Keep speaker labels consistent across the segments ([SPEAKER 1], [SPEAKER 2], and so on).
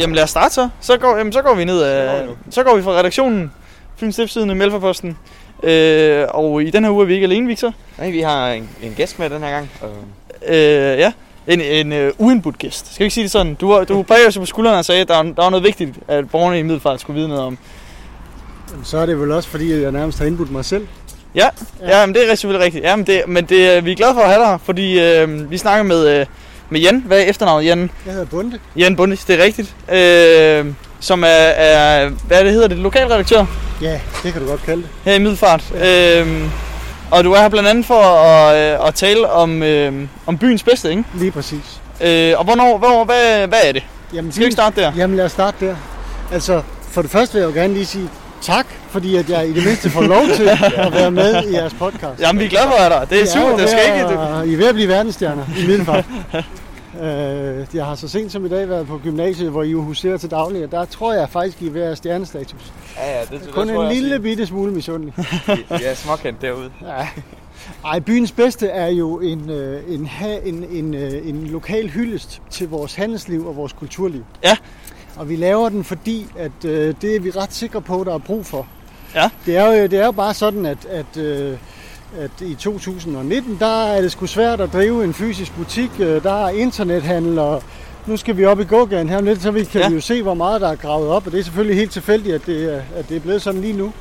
[SPEAKER 1] Jamen lad os starte så. Så går, jamen, så går vi ned
[SPEAKER 2] Så går
[SPEAKER 1] af,
[SPEAKER 2] vi nu.
[SPEAKER 1] så går vi fra redaktionen, Filmstiftsiden og Melforposten. Øh, og i den her uge er vi ikke alene, Victor.
[SPEAKER 2] Nej, vi har en, en gæst med den her gang. Øh,
[SPEAKER 1] Øh, ja, en, en øh, uindbudt gæst. Skal vi ikke sige det sådan? Du, var- du bagede os jo på skuldrene og sagde, at der, var- der var noget vigtigt, at borgerne i Middelfart skulle vide noget om.
[SPEAKER 3] Jamen, så er det vel også, fordi jeg nærmest har indbudt mig selv.
[SPEAKER 1] Ja, ja.
[SPEAKER 3] Ja.
[SPEAKER 1] ja men det er selvfølgelig rigtigt. Ja, men det, men det, øh, vi er glade for at have dig, her, fordi øh, vi snakker med, øh, med Jan. Hvad er efternavnet, Jan?
[SPEAKER 3] Jeg hedder Bunde.
[SPEAKER 1] Jan Bundis, det er rigtigt. Øh, som er, er, hvad er det hedder det, lokalredaktør
[SPEAKER 3] Ja, det kan du godt kalde det.
[SPEAKER 1] her i Middelfart. Øh, og du er her blandt andet for at, øh, at tale om, øh, om byens bedste, ikke?
[SPEAKER 3] Lige præcis.
[SPEAKER 1] Øh, og hvornår, hvornår hvad, hvad er det?
[SPEAKER 3] Jamen,
[SPEAKER 1] Skal vi ikke starte der?
[SPEAKER 3] Jamen, lad os starte der. Altså, for det første vil jeg jo gerne lige sige tak, fordi at jeg i det mindste får lov til at være med i jeres podcast.
[SPEAKER 1] Jamen, vi er glade for at have dig. Det er super, det skal ikke... Det,
[SPEAKER 3] I er ved at blive verdensstjerner i Middelfart. øh, jeg har så sent som i dag været på gymnasiet, hvor I jo huserer til daglig, og der tror jeg faktisk, I er ved at have stjernestatus.
[SPEAKER 2] ja, ja, det, det
[SPEAKER 3] Kun
[SPEAKER 2] tror jeg
[SPEAKER 3] en
[SPEAKER 2] også,
[SPEAKER 3] lille bitte smule misundelig.
[SPEAKER 2] I- I er småkendt derude.
[SPEAKER 3] Ja. Ej, byens bedste er jo en, øh, en, ha- en, en, øh, en lokal hyldest til vores handelsliv og vores kulturliv.
[SPEAKER 1] Ja.
[SPEAKER 3] Og vi laver den, fordi at, øh, det er vi ret sikre på, der er brug for.
[SPEAKER 1] Ja.
[SPEAKER 3] Det er jo, det er jo bare sådan, at, at, øh, at i 2019, der er det sgu svært at drive en fysisk butik. Øh, Der er internethandel, og nu skal vi op i gågaden her om lidt, så vi kan
[SPEAKER 1] Ja.
[SPEAKER 3] ja. vi jo se, hvor meget der er gravet op. Og det er selvfølgelig helt tilfældigt, at det, er- at det er blevet sådan lige nu.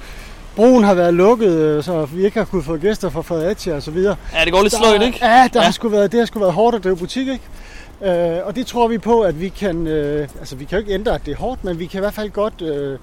[SPEAKER 3] Broen har været lukket, øh, så vi ikke har kunnet få gæster fra Fredericia og så videre.
[SPEAKER 1] ja, det går lidt sløjt, ikke?
[SPEAKER 3] Ja, der ja.
[SPEAKER 1] Ja.
[SPEAKER 3] Har sgu været, det har sgu været hårdt at drive butik, ikke? Øh, og det tror vi på, at vi kan, øh, altså vi kan jo ikke ændre, at det er hårdt, men vi kan i hvert fald godt øh,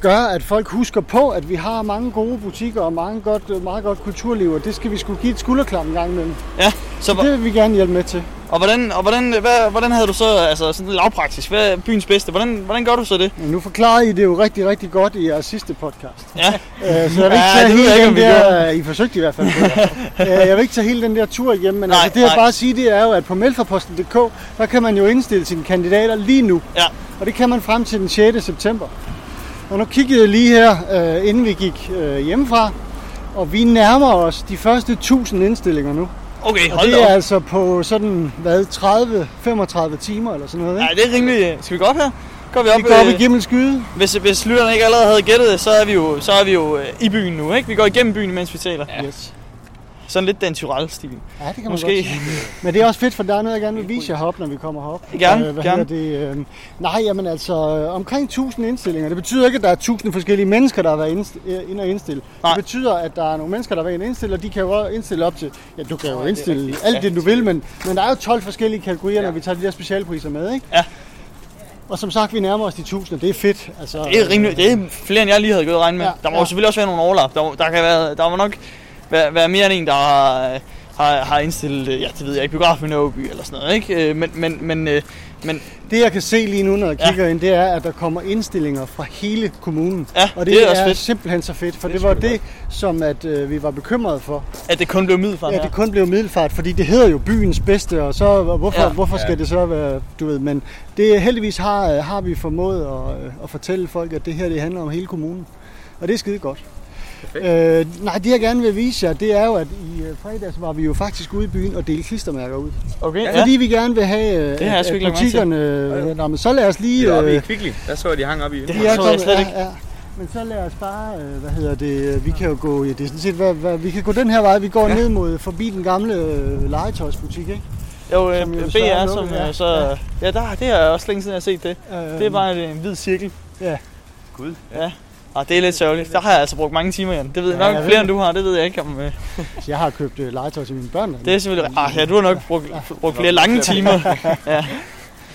[SPEAKER 3] gøre, at folk husker på, at vi har mange gode butikker og mange godt, øh, meget godt kulturliv, og det skal vi skulle give et skulderklam en gang imellem.
[SPEAKER 1] Ja, så,
[SPEAKER 3] Det vil vi gerne hjælpe med til.
[SPEAKER 1] Og hvordan, og hvordan, hvad, hvordan havde du så, altså sådan lavpraktisk, hvad er byens bedste? Hvordan, hvordan gør du så det?
[SPEAKER 3] Men nu forklarede I det jo rigtig, rigtig godt i jeres sidste podcast.
[SPEAKER 1] Ja,
[SPEAKER 3] Øh, så jeg vil
[SPEAKER 1] Ja,
[SPEAKER 3] ikke tage
[SPEAKER 1] det ved
[SPEAKER 3] hele
[SPEAKER 1] jeg ikke, om
[SPEAKER 3] den
[SPEAKER 1] vi
[SPEAKER 3] der, I forsøgte i hvert fald. Øh, jeg vil ikke tage hele den der tur igennem, men
[SPEAKER 1] Nej,
[SPEAKER 3] altså, det jeg
[SPEAKER 1] nej.
[SPEAKER 3] bare sige, det er jo, at på melforposten.dk, der kan man jo indstille sine kandidater lige nu.
[SPEAKER 1] ja,
[SPEAKER 3] Og det kan man frem til den 6. september. Og nu kiggede jeg lige her, øh, inden vi gik øh, hjemmefra, og vi nærmer os de første 1000 indstillinger nu.
[SPEAKER 1] okay,
[SPEAKER 3] Og
[SPEAKER 1] hold
[SPEAKER 3] det
[SPEAKER 1] da
[SPEAKER 3] er
[SPEAKER 1] op.
[SPEAKER 3] altså på sådan, hvad, 30-35 timer eller sådan noget,
[SPEAKER 1] Ja,
[SPEAKER 3] ikke?
[SPEAKER 1] det er rimelig, skal vi gå op her? Går vi op,
[SPEAKER 3] Vi går op
[SPEAKER 1] øh,
[SPEAKER 3] i Gimmelskyde.
[SPEAKER 1] hvis, hvis lytterne ikke allerede havde gættet det, så er vi jo, så er vi jo øh, i byen nu, ikke? Vi går igennem byen, mens vi taler.
[SPEAKER 2] Ja.
[SPEAKER 3] Yes.
[SPEAKER 1] Sådan lidt den Tyrell-stil.
[SPEAKER 3] Ja, det kan man
[SPEAKER 1] Måske.
[SPEAKER 3] godt sige. Men det er også fedt, for der er noget, jeg gerne vil vise jer heroppe, når vi kommer herop.
[SPEAKER 1] Gerne,
[SPEAKER 3] hvad
[SPEAKER 1] gerne.
[SPEAKER 3] hedder det? Øh, nej, jamen altså, øh, omkring 1000 indstillinger. Det betyder ikke, at der er 1000 forskellige mennesker, der har været indst- øh, inde og indstille.
[SPEAKER 1] Nej.
[SPEAKER 3] Det betyder, at der er nogle mennesker, der har været inde og indstille, og de kan jo også indstille op til... Ja, du kan jo
[SPEAKER 2] er
[SPEAKER 3] indstille
[SPEAKER 2] rigtigt.
[SPEAKER 3] alt det, du vil, men, men der er jo 12 forskellige kategorier,
[SPEAKER 2] Ja.
[SPEAKER 3] når vi tager de der specialpriser med, ikke?
[SPEAKER 1] Ja.
[SPEAKER 3] Og som sagt, vi nærmer os de 1000, og det er fedt. Altså,
[SPEAKER 1] Det er rimelig, det er flere, end jeg lige havde gået og regnet med.
[SPEAKER 3] Ja,
[SPEAKER 1] der må
[SPEAKER 3] ja.
[SPEAKER 1] jo selvfølgelig også være nogle overlap. Der, må- der kan være, der må nok være, være mere end en, der har, øh, har, har indstillet, øh, ja, det ved jeg ikke, biografen i Åby eller sådan noget, ikke? Øh, Men, men, men, øh, men
[SPEAKER 3] Det jeg kan se lige nu, når jeg
[SPEAKER 1] Ja.
[SPEAKER 3] kigger ja. ind, det er, at der kommer indstillinger fra hele kommunen.
[SPEAKER 1] Ja,
[SPEAKER 3] og det,
[SPEAKER 1] det er også
[SPEAKER 3] er
[SPEAKER 1] fedt.
[SPEAKER 3] simpelthen så fedt, for
[SPEAKER 2] Det
[SPEAKER 3] det,
[SPEAKER 2] er
[SPEAKER 3] det var
[SPEAKER 2] sgu da
[SPEAKER 3] det, som at, øh, vi var bekymrede for.
[SPEAKER 1] at det kun blev middelfart
[SPEAKER 3] Ja,
[SPEAKER 1] her.
[SPEAKER 3] det kun blev middelfart, fordi det hedder jo byens bedste, og så og hvorfor,
[SPEAKER 1] Ja.
[SPEAKER 3] ja. hvorfor skal
[SPEAKER 2] Ja.
[SPEAKER 3] ja. det så være, du ved. Men det heldigvis har, øh, har vi formået at, øh, at fortælle folk, at det her det handler om hele kommunen. Og det er skide godt. Øh, nej, det jeg gerne vil vise jer, det er jo, at i øh, fredags var vi jo faktisk ude i byen og delte klistermærker ud.
[SPEAKER 1] Okay,
[SPEAKER 3] Ja. Fordi vi gerne vil have, øh,
[SPEAKER 1] jeg
[SPEAKER 3] at,
[SPEAKER 1] sgu
[SPEAKER 3] at
[SPEAKER 1] ikke lagt mærke til.
[SPEAKER 3] butikkerne... Øh, nå, men så lad os
[SPEAKER 2] Vi er
[SPEAKER 3] lige...
[SPEAKER 2] oppe i
[SPEAKER 3] Øh,
[SPEAKER 2] Kvickly. Der så jeg, de hang op i.
[SPEAKER 1] Det-
[SPEAKER 3] vi er
[SPEAKER 1] så jeg
[SPEAKER 3] kommet-
[SPEAKER 1] slet ikke.
[SPEAKER 3] Ja, ja. Men så lad os bare, øh, hvad hedder det, øh, vi kan jo gå, ja, det er sådan set, hvad, hvad, vi kan gå den her vej, vi går
[SPEAKER 2] Ja.
[SPEAKER 3] ja. ned mod, forbi den gamle øh, legetøjsbutik, ikke?
[SPEAKER 1] Jo, øh,
[SPEAKER 3] Som jo desværre er
[SPEAKER 1] BR,
[SPEAKER 3] lukket,
[SPEAKER 1] som
[SPEAKER 3] ja.
[SPEAKER 1] øh, så... Ja, ja der, det er også længe siden, jeg har set det.
[SPEAKER 3] Øh,
[SPEAKER 1] Det er bare en, en hvid cirkel.
[SPEAKER 2] Gud.
[SPEAKER 1] Og det er lidt sørgeligt. Der har jeg altså brugt mange timer, Jan. Det ved jeg
[SPEAKER 3] Ja,
[SPEAKER 1] nok
[SPEAKER 3] jeg ved
[SPEAKER 1] flere,
[SPEAKER 3] det.
[SPEAKER 1] end du har. Det ved jeg ikke om... Øh.
[SPEAKER 3] Jeg har købt øh, legetøj til mine børn.
[SPEAKER 1] Det er selvfølgelig... Ah, ja, du har nok brugt, brugt flere
[SPEAKER 2] Nok
[SPEAKER 1] lange
[SPEAKER 2] flere.
[SPEAKER 1] timer.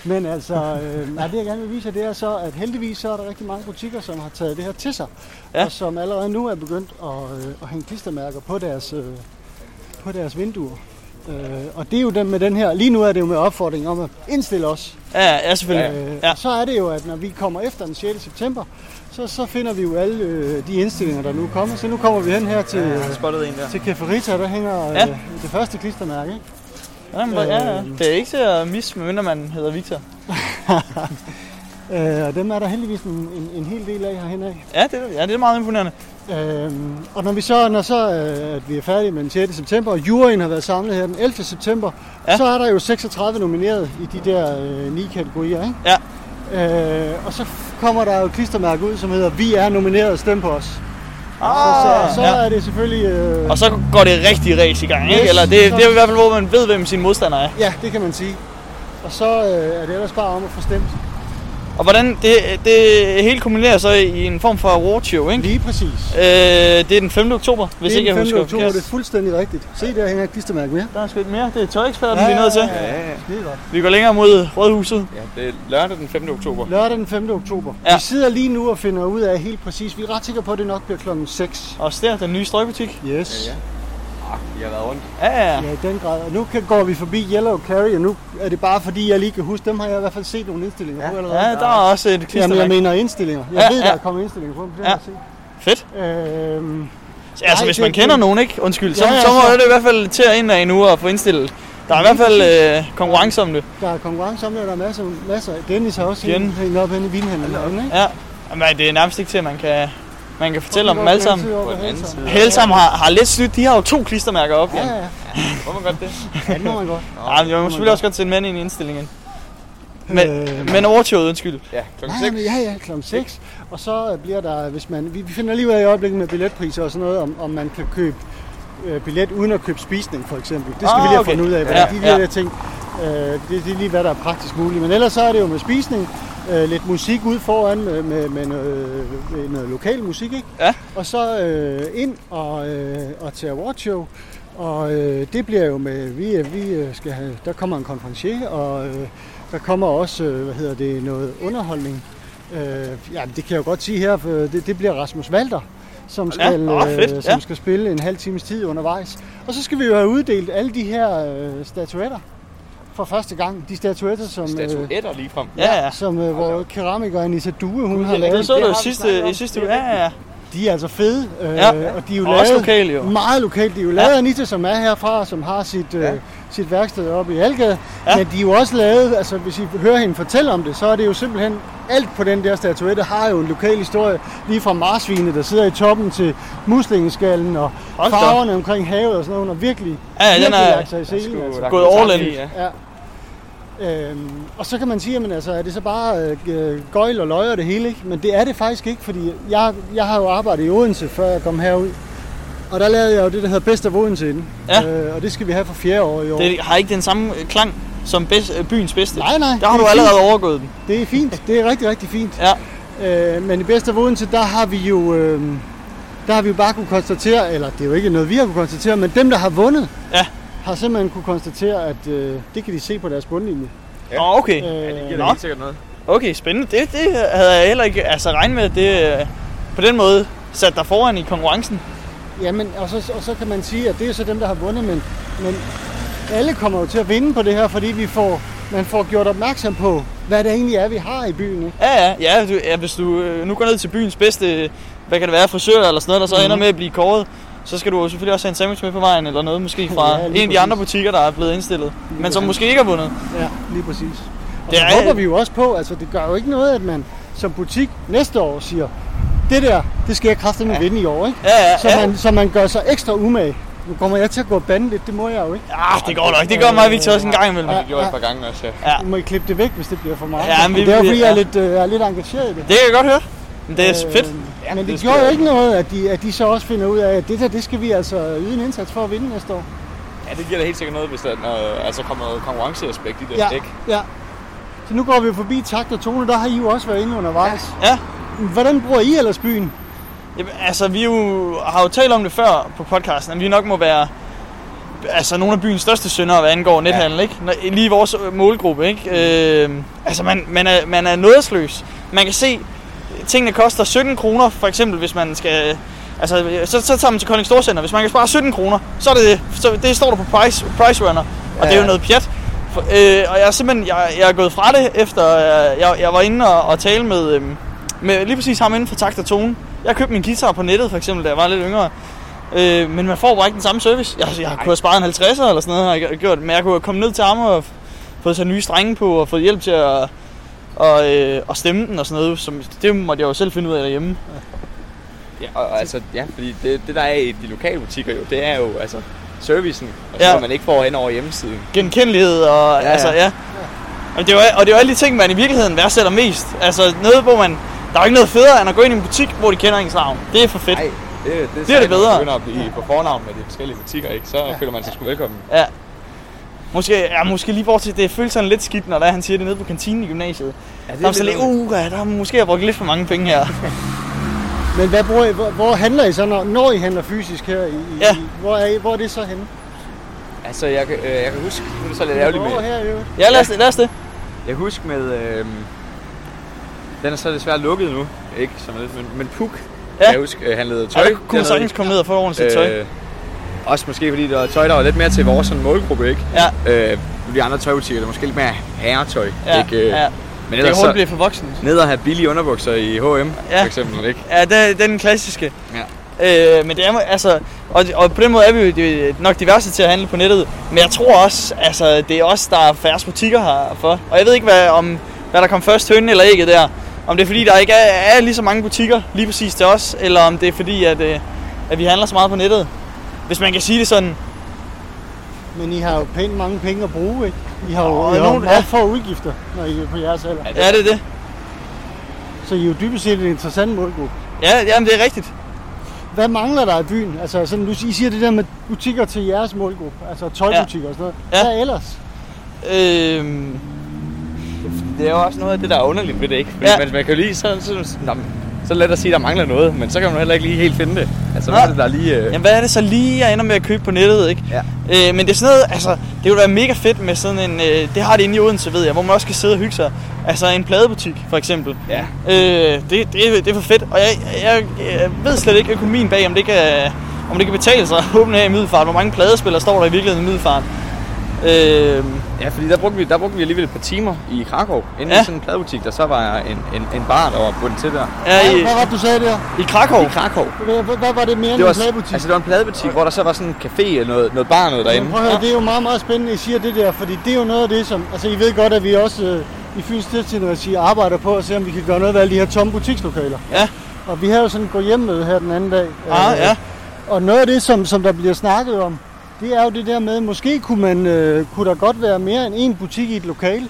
[SPEAKER 3] Men altså, øh, nej, det jeg gerne vil vise jer, det er så, at heldigvis så er der rigtig mange butikker, som har taget det her til sig.
[SPEAKER 1] Ja.
[SPEAKER 3] Ja. Og som allerede nu er begyndt at, øh, at hænge klistermærker på deres, øh, på deres vinduer. Øh, og det er jo den med den her, lige nu er det jo med opfordringen om at indstille os.
[SPEAKER 1] Ja, ja, selvfølgelig.
[SPEAKER 3] Øh,
[SPEAKER 1] Ja.
[SPEAKER 3] ja. Så er det jo, at når vi kommer efter den 6. september, så, så finder vi jo alle øh, de indstillinger, der nu er kommet. Så nu kommer vi hen her til,
[SPEAKER 2] Jeg
[SPEAKER 3] øh,
[SPEAKER 2] har spottet en der.
[SPEAKER 3] til Keferita, der hænger øh,
[SPEAKER 1] Ja.
[SPEAKER 3] ja. det første klistermærke. Ikke?
[SPEAKER 1] Jamen, hvor- ja, ja.
[SPEAKER 3] øh.
[SPEAKER 1] Det er ikke til at misse, medmindre man hedder Victor.
[SPEAKER 3] Øh, og dem er der heldigvis en, en, en hel del af herhen af.
[SPEAKER 1] Ja, det, ja, det er meget imponerende.
[SPEAKER 3] Øhm, og når vi så, når så øh, at vi er færdige med den 6. september, og juryen har været samlet her den 11. september,
[SPEAKER 1] Ja.
[SPEAKER 3] ja. så er der jo 36 nomineret i de der øh, ni kategorier, ikke?
[SPEAKER 1] Ja.
[SPEAKER 3] Øh, og så kommer der jo et klistermærke ud, som hedder, vi er nomineret, stem på os.
[SPEAKER 1] Ah,
[SPEAKER 3] så så, så
[SPEAKER 1] ja.
[SPEAKER 3] er det selvfølgelig... Øh,
[SPEAKER 1] Og så går det rigtig race i gang, ikke?
[SPEAKER 3] Yes,
[SPEAKER 1] Eller det,
[SPEAKER 3] så-
[SPEAKER 1] det er i hvert fald, hvor man ved, hvem sin modstander er.
[SPEAKER 3] Ja, det kan man sige. Og så øh, er det ellers bare om at få stemt.
[SPEAKER 1] Og hvordan det, det hele kombinerer så i en form for award show, ikke?
[SPEAKER 3] Lige præcis.
[SPEAKER 1] Øh, det er den 5. oktober, hvis
[SPEAKER 3] det er
[SPEAKER 1] ikke jeg
[SPEAKER 3] den 5.
[SPEAKER 1] husker
[SPEAKER 3] oktober, det er
[SPEAKER 1] forkert.
[SPEAKER 3] fuldstændig rigtigt. Se, der hænger et klistermærke mere.
[SPEAKER 1] Der er sgu et mere. Det er tøjeksperten, vi er nødt til.
[SPEAKER 3] Ja, ja,
[SPEAKER 2] Ja,
[SPEAKER 3] ja.
[SPEAKER 2] ja.
[SPEAKER 3] Skide godt.
[SPEAKER 1] Vi går længere mod Rådhuset.
[SPEAKER 2] Ja, det er lørdag den 5. oktober.
[SPEAKER 3] Lørdag den 5. oktober.
[SPEAKER 1] Ja.
[SPEAKER 3] Vi sidder lige nu og finder ud af helt præcis. Vi er ret sikre på, at det nok bliver klokken 6.
[SPEAKER 1] Og der, den nye strøgbutik.
[SPEAKER 3] Yes.
[SPEAKER 2] Ja, Jeg Ah, har været rundt.
[SPEAKER 1] Ja, ja.
[SPEAKER 3] Ja, i den grad. Og nu kan, går vi forbi Yellow Carry, og nu er det bare fordi, jeg lige kan huske, dem har jeg i hvert fald set nogle indstillinger på allerede.
[SPEAKER 1] Ja, der er også et
[SPEAKER 3] Jamen, jeg
[SPEAKER 1] klistermærke.
[SPEAKER 3] mener indstillinger. Jeg
[SPEAKER 1] Ja,
[SPEAKER 3] ved,
[SPEAKER 1] ja.
[SPEAKER 3] der er kommet indstillinger på dem. Det har jeg
[SPEAKER 1] Fedt.
[SPEAKER 3] set. Øhm,
[SPEAKER 1] Så, altså,
[SPEAKER 3] Nej,
[SPEAKER 1] hvis
[SPEAKER 3] det-
[SPEAKER 1] man kender nogen, ikke? Undskyld. Så,
[SPEAKER 3] Ja, ja,
[SPEAKER 1] så må
[SPEAKER 3] så-
[SPEAKER 1] det i hvert fald til at ind af nu og få indstillet. Der er i hvert fald øh, konkurrence om det.
[SPEAKER 3] der er konkurrence om det, og der er masser, masser. Dennis har også
[SPEAKER 1] Igen.
[SPEAKER 3] hængt- hængt op henne i vinhandlen. herinde, ikke?
[SPEAKER 1] Ja. Jamen, det er nærmest ikke til, at man kan, man kan fortælle om dem
[SPEAKER 3] Hvor
[SPEAKER 1] alle
[SPEAKER 3] vi går
[SPEAKER 1] sammen.
[SPEAKER 3] altid over
[SPEAKER 2] På den
[SPEAKER 3] hele
[SPEAKER 2] anden
[SPEAKER 3] sammen.
[SPEAKER 2] side.
[SPEAKER 1] Helsam har, har lidt snydt. De har jo to klistermærker op.
[SPEAKER 3] Ja,
[SPEAKER 1] Ja,
[SPEAKER 3] ja,
[SPEAKER 2] Må man godt det?
[SPEAKER 3] ja. Det må man godt.
[SPEAKER 2] Ah.
[SPEAKER 1] ja. ja man må selvfølgelig også godt sende mænd ind i indstillingen. Men,
[SPEAKER 3] Øh,
[SPEAKER 1] men overtøvet, undskyld.
[SPEAKER 2] Ja, klokken
[SPEAKER 3] Nej,
[SPEAKER 2] 6.
[SPEAKER 3] men ja, ja, klokken 6. Og så øh, bliver der, hvis man... Vi vi finder lige ud af i øjeblikket med billetpriser og sådan noget, om, om man kan købe øh, billet uden at købe spisning, for eksempel. Det skal
[SPEAKER 1] Ah,
[SPEAKER 3] vi lige have
[SPEAKER 1] okay.
[SPEAKER 3] fundet ud af, hvad
[SPEAKER 1] Ja,
[SPEAKER 3] de der
[SPEAKER 1] ja.
[SPEAKER 3] ting... Øh, det, det er lige, hvad der er praktisk muligt. Men ellers så er det jo med spisning, øh, lidt musik ud foran med, med, med, noget, med noget lokal musik, ikke?
[SPEAKER 1] Ja.
[SPEAKER 3] Og så øh, ind og, øh, og til awardshow. Og øh, det bliver jo med, vi, øh, vi øh, skal have, der kommer en konferencier, og øh, der kommer også, øh, hvad hedder det, noget underholdning. Øh, ja, det kan jeg jo godt sige her, for det, det bliver Rasmus Valter, som
[SPEAKER 1] Ja,
[SPEAKER 3] skal, øh,
[SPEAKER 1] åh, fedt,
[SPEAKER 3] som
[SPEAKER 1] ja.
[SPEAKER 3] skal spille en halv times tid undervejs. Og så skal vi jo have uddelt alle de her øh, statuetter for første gang. De statuetter, som, øh,
[SPEAKER 2] Statuetter lige frem.
[SPEAKER 1] Ja, ja.
[SPEAKER 3] som øh, hvor keramiker Anissa Due, hun har
[SPEAKER 1] Det
[SPEAKER 2] ja,
[SPEAKER 3] lavet.
[SPEAKER 1] så
[SPEAKER 2] det
[SPEAKER 1] du
[SPEAKER 2] har vi snakket
[SPEAKER 1] sidste,
[SPEAKER 2] om.
[SPEAKER 1] i sidste uge. Ja, ja, ja.
[SPEAKER 3] De er altså fede, øh,
[SPEAKER 1] Ja.
[SPEAKER 3] og de er jo
[SPEAKER 1] Og også lokale, jo.
[SPEAKER 3] meget lokalt. De er jo lavet af Anita, som er herfra, som har sit, øh,
[SPEAKER 2] Ja.
[SPEAKER 3] sit værksted oppe i Algade.
[SPEAKER 1] Ja.
[SPEAKER 3] Men de er jo også lavet, altså hvis I hører hende fortælle om det, så er det jo simpelthen alt på den der statuette har jo en lokal historie. Lige fra marsvinet, der sidder i toppen til muslingeskallen og
[SPEAKER 1] Hold da op.
[SPEAKER 3] farverne omkring havet og sådan noget. Hun har virkelig,
[SPEAKER 1] Ja, ja, den
[SPEAKER 3] virkelig
[SPEAKER 1] er-
[SPEAKER 3] lagt sig i
[SPEAKER 2] Der
[SPEAKER 3] selen.
[SPEAKER 2] skulle-
[SPEAKER 3] Altså.
[SPEAKER 2] der
[SPEAKER 1] Gået
[SPEAKER 2] kunne
[SPEAKER 1] all
[SPEAKER 2] sagt
[SPEAKER 1] in.
[SPEAKER 2] lige, ja.
[SPEAKER 3] Ja. Øhm, og så kan man sige, at altså, er det så bare øh, gøjl og løjer det hele, ikke? Men det er det faktisk ikke, fordi jeg, jeg har jo arbejdet i Odense, før jeg kom herud. Og der lavede jeg jo det, der hedder Bedst af Odense inden.
[SPEAKER 1] Ja.
[SPEAKER 3] Øh, og det skal vi have for fjerde år i år.
[SPEAKER 1] Det har ikke den samme øh, klang som bedst, øh, byens bedste.
[SPEAKER 3] nej, nej.
[SPEAKER 1] Der har
[SPEAKER 3] det
[SPEAKER 1] du
[SPEAKER 3] er
[SPEAKER 1] allerede overgået den.
[SPEAKER 3] Fint. Det er fint. Det er rigtig, rigtig fint.
[SPEAKER 1] Ja.
[SPEAKER 3] Øh, men i Bedst af Odense, der har vi jo... Øh, der har vi jo bare kunne konstatere, eller det er jo ikke noget, vi har kunne konstatere, men dem, der har vundet,
[SPEAKER 1] Ja.
[SPEAKER 3] har simpelthen kunne konstatere, at øh, det kan de se på deres bundlinje. Øh,
[SPEAKER 2] Ja.
[SPEAKER 1] Nå, okay.
[SPEAKER 2] Ja, det giver
[SPEAKER 1] Nå.
[SPEAKER 2] da helt sikkert noget.
[SPEAKER 1] Okay, spændende. Det, det havde jeg heller ikke altså, regnet med. Det, øh, på den måde sat dig foran i konkurrencen.
[SPEAKER 3] Jamen, og så, og så kan man sige, at det er så dem, der har vundet, men, men alle kommer jo til at vinde på det her, fordi vi får, man får gjort opmærksom på, hvad det egentlig er, vi har i byen. Ikke?
[SPEAKER 1] Ja, ja, ja, du, ja hvis du øh, nu går ned til byens bedste, øh, hvad kan det være, frisør eller sådan noget, der så mm.
[SPEAKER 3] Mhm.
[SPEAKER 1] ender med at blive kåret, så skal du jo selvfølgelig også have en sandwich med på vejen, eller noget måske fra
[SPEAKER 3] Ja,
[SPEAKER 1] ja,
[SPEAKER 3] lige
[SPEAKER 1] en af de andre
[SPEAKER 3] præcis.
[SPEAKER 1] butikker, der er blevet indstillet, men som
[SPEAKER 3] præcis.
[SPEAKER 1] måske ikke har vundet.
[SPEAKER 3] Ja, lige præcis. Og
[SPEAKER 1] Det
[SPEAKER 3] så
[SPEAKER 1] er-
[SPEAKER 3] håber vi jo også på, altså det gør jo ikke noget, at man som butik næste år siger, det der, det skal jeg kraftedeme ja. vinde i år, ikke?
[SPEAKER 1] Ja, ja,
[SPEAKER 3] Så,
[SPEAKER 1] ja.
[SPEAKER 3] man, så man gør sig ekstra umage. Nu kommer jeg til at gå og bande lidt, det må jeg jo ikke.
[SPEAKER 1] Ah, det går nok. Det gør mig og Victor også en gang imellem.
[SPEAKER 2] Det har vi gjort
[SPEAKER 3] Øh, Ja.
[SPEAKER 2] et par gange også, ja.
[SPEAKER 1] Ja.
[SPEAKER 3] Nu må I klippe det væk, hvis det bliver for meget.
[SPEAKER 1] Ja, men vi-
[SPEAKER 3] det er jo fordi,
[SPEAKER 1] vi-
[SPEAKER 3] jeg er
[SPEAKER 1] ja.
[SPEAKER 3] lidt, øh, jeg er lidt engageret i det.
[SPEAKER 1] Det kan jeg godt høre. Men det
[SPEAKER 3] Øh.
[SPEAKER 1] er fedt.
[SPEAKER 3] Ja, men det,
[SPEAKER 2] det
[SPEAKER 3] det
[SPEAKER 2] skal
[SPEAKER 3] gjorde jo
[SPEAKER 2] jeg.
[SPEAKER 3] ikke noget, at de, at de så også finder ud af, at det der, det skal vi altså yde en indsats for at vinde næste år.
[SPEAKER 2] Ja, det giver da helt sikkert noget, hvis der øh, altså kommer noget konkurrenceaspekt i det, ikke?
[SPEAKER 3] ja. Så nu går vi jo forbi takt og tone, der har I jo også været inde undervejs.
[SPEAKER 1] Ja.
[SPEAKER 3] Hvordan bruger I ellers byen?
[SPEAKER 1] Jamen, altså, vi er jo, har jo talt om det før på podcasten, at vi nok må være altså, nogle af byens største syndere, hvad angår nethandel, ikke? Når- Lige i vores øh, målgruppe, ikke? Øh, altså, man, man, er, man er nådesløs. Man kan se, tingene koster 17 kroner, for eksempel, hvis man skal... Altså, så, så tager man til Kolding Storcenter. Hvis man kan spare 17 kroner, så, er det, så det står der på price, price Runner, og det er jo
[SPEAKER 2] Ja.
[SPEAKER 1] noget pjat. For, øh, og jeg er simpelthen jeg, jeg er gået fra det, efter øh, jeg, jeg var inde og, og tale med, øh, med lige præcis ham inden for takt og tone. Jeg købte min guitar på nettet, for eksempel, da jeg var lidt yngre. Øh, men man får bare ikke den samme service. Jeg, jeg kunne have sparet en 50'er eller sådan noget, har jeg gjort, men jeg kunne have kommet ned til ham og f- fået sat nye strenge på og fået hjælp til at, og, øh, og stemme den og sådan noget. Som, det måtte jeg jo selv finde ud af derhjemme.
[SPEAKER 2] Ja, og, og altså, ja, fordi det, det der er i de lokale butikker jo, det er jo altså servicen, og så
[SPEAKER 1] Ja.
[SPEAKER 2] ja. man ikke får hen over hjemmesiden.
[SPEAKER 1] Genkendelighed og ja,
[SPEAKER 2] ja.
[SPEAKER 1] altså ja. Jamen, det er jo, og det er jo alle de ting, man i virkeligheden værdsætter mest. Altså noget, hvor man... Der er jo ikke noget federe, end at gå ind i en butik, hvor de kender ens navn. Det er for fedt.
[SPEAKER 2] Nej, det, det,
[SPEAKER 1] Det er det
[SPEAKER 2] sejt, når
[SPEAKER 1] bedre.
[SPEAKER 2] Man begynder at blive på fornavn med de forskellige butikker, ikke? Så ja. føler man sig sgu velkommen.
[SPEAKER 1] Ja. Måske, ja, måske lige bortset, det føles sådan lidt skidt, når der, er, han siger det nede på kantinen i gymnasiet. Ja, det er der er så lidt, uh, ja, der har måske jeg brugt lidt for mange penge her.
[SPEAKER 3] Men hvad bruger I, hvor, hvor handler I så, når, når I handler fysisk her? I, i-
[SPEAKER 1] Ja.
[SPEAKER 3] Hvor, er I, hvor er det så henne?
[SPEAKER 2] Altså, jeg, kan- øh, jeg kan huske, nu er det så lidt ærgerligt med,
[SPEAKER 3] Hvor her jo.
[SPEAKER 1] Ja, lad os, lad os det.
[SPEAKER 2] Jeg husker med... Øh, den er så desværre lukket nu, ikke? Som er lidt, men, men Puk,
[SPEAKER 1] Ja.
[SPEAKER 2] ja. jeg husker, øh, han lavede
[SPEAKER 1] Ja,
[SPEAKER 2] tøj.
[SPEAKER 1] der kunne man
[SPEAKER 2] dernede,
[SPEAKER 1] sagtens
[SPEAKER 2] ikke?
[SPEAKER 1] komme ned og få ordentligt sit tøj.
[SPEAKER 2] Øh, også måske fordi der var tøj, der var lidt mere til vores sådan, målgruppe, ikke?
[SPEAKER 1] Ja,
[SPEAKER 2] Øh, nu de andre tøjbutikker, der er måske lidt mere herretøj,
[SPEAKER 1] ja,
[SPEAKER 2] ikke? Øh,
[SPEAKER 1] ja.
[SPEAKER 2] Men
[SPEAKER 1] Det er
[SPEAKER 2] ellers
[SPEAKER 1] hurtigt
[SPEAKER 2] så,
[SPEAKER 1] blive for voksen.
[SPEAKER 2] ned og have billige underbukser i H&M,
[SPEAKER 1] Ja.
[SPEAKER 2] for eksempel, ikke?
[SPEAKER 1] Ja, det, er- det er den klassiske.
[SPEAKER 2] Ja.
[SPEAKER 1] Øh, men det er, altså, og, og på den måde er vi jo det- nok de værste til at handle på nettet. Men jeg tror også, altså, det er også der er færre butikker herfor. Og jeg ved ikke, hvad, om, hvad der kom først, hønnen eller ægget der. Om det er fordi, der ikke er, er lige så mange butikker lige præcis til os, eller om det er fordi, at, øh, at vi handler så meget på nettet. Hvis man kan sige det sådan.
[SPEAKER 3] Men I har jo pænt mange penge at bruge, ikke? I har jo,
[SPEAKER 1] Nå,
[SPEAKER 3] I har jo
[SPEAKER 1] nogen-
[SPEAKER 3] meget få udgifter, når I er på jeres alder.
[SPEAKER 1] Ja, det er det.
[SPEAKER 3] Så I er jo dybest set en interessant målgruppe.
[SPEAKER 1] Ja, jamen, det er rigtigt.
[SPEAKER 3] Hvad mangler der i byen? Altså, sådan, du, I siger det der med butikker til jeres målgruppe, altså tøjbutikker og sådan noget.
[SPEAKER 1] Ja.
[SPEAKER 3] Hvad ellers?
[SPEAKER 1] Øh,
[SPEAKER 2] Det er jo også noget af det, der er underligt ved det, ikke? Fordi
[SPEAKER 1] Ja.
[SPEAKER 2] ja. man, man kan jo lige så, så, så, nå, men så er det let at sige, at der mangler noget, men så kan man heller ikke lige helt finde det. Altså, hvad
[SPEAKER 1] Nå.
[SPEAKER 2] er det, der er lige... Øh,
[SPEAKER 1] Jamen, hvad er det så lige, jeg ender med at købe på nettet, ikke?
[SPEAKER 2] Ja.
[SPEAKER 1] Øh, men det er sådan noget, altså, det ville være mega fedt med sådan en, øh, det har det inde i Odense, ved jeg, hvor man også kan sidde og hygge sig. Altså en pladebutik, for eksempel.
[SPEAKER 2] ja.
[SPEAKER 1] Øh, det, det, det er for fedt, og jeg, jeg, jeg ved slet ikke økonomien bag, om det kan, om det kan betale sig at åbne her i Middelfart. Hvor mange pladespillere står der i virkeligheden i Middelfart? Øh,
[SPEAKER 2] Ja, fordi der brugte, vi, der brugte vi alligevel et par timer i Krakow, inde ja.
[SPEAKER 1] Ja.
[SPEAKER 2] i sådan en pladebutik, der så var en, en, en bar, der var bundet til der.
[SPEAKER 1] er i,
[SPEAKER 3] Hvad var det, du sagde der?
[SPEAKER 1] i Krakow?
[SPEAKER 2] I Krakow.
[SPEAKER 3] Hvad, hvad- hvad var det mere end
[SPEAKER 2] Det
[SPEAKER 3] en
[SPEAKER 2] var,
[SPEAKER 3] pladebutik?
[SPEAKER 2] altså, det var en pladebutik, hvor der så var sådan en café og noget, noget bar noget derinde.
[SPEAKER 3] Men prøv at høre, det er jo meget, meget spændende, at I siger det der, fordi det er jo noget af det, som... Altså, I ved godt, at vi også øh, i Fyns Stiftstidende arbejder på at se, om vi kan gøre noget ved alle de her tomme butikslokaler.
[SPEAKER 1] Ja.
[SPEAKER 3] Og vi har jo sådan gå hjem med her den anden dag.
[SPEAKER 1] Ah,
[SPEAKER 3] Øh,
[SPEAKER 1] ja.
[SPEAKER 3] Og noget af det, som, som der bliver snakket om, det er jo det der med, måske kunne, man, øh, kunne der godt være mere end en butik i et lokale.
[SPEAKER 1] Ja.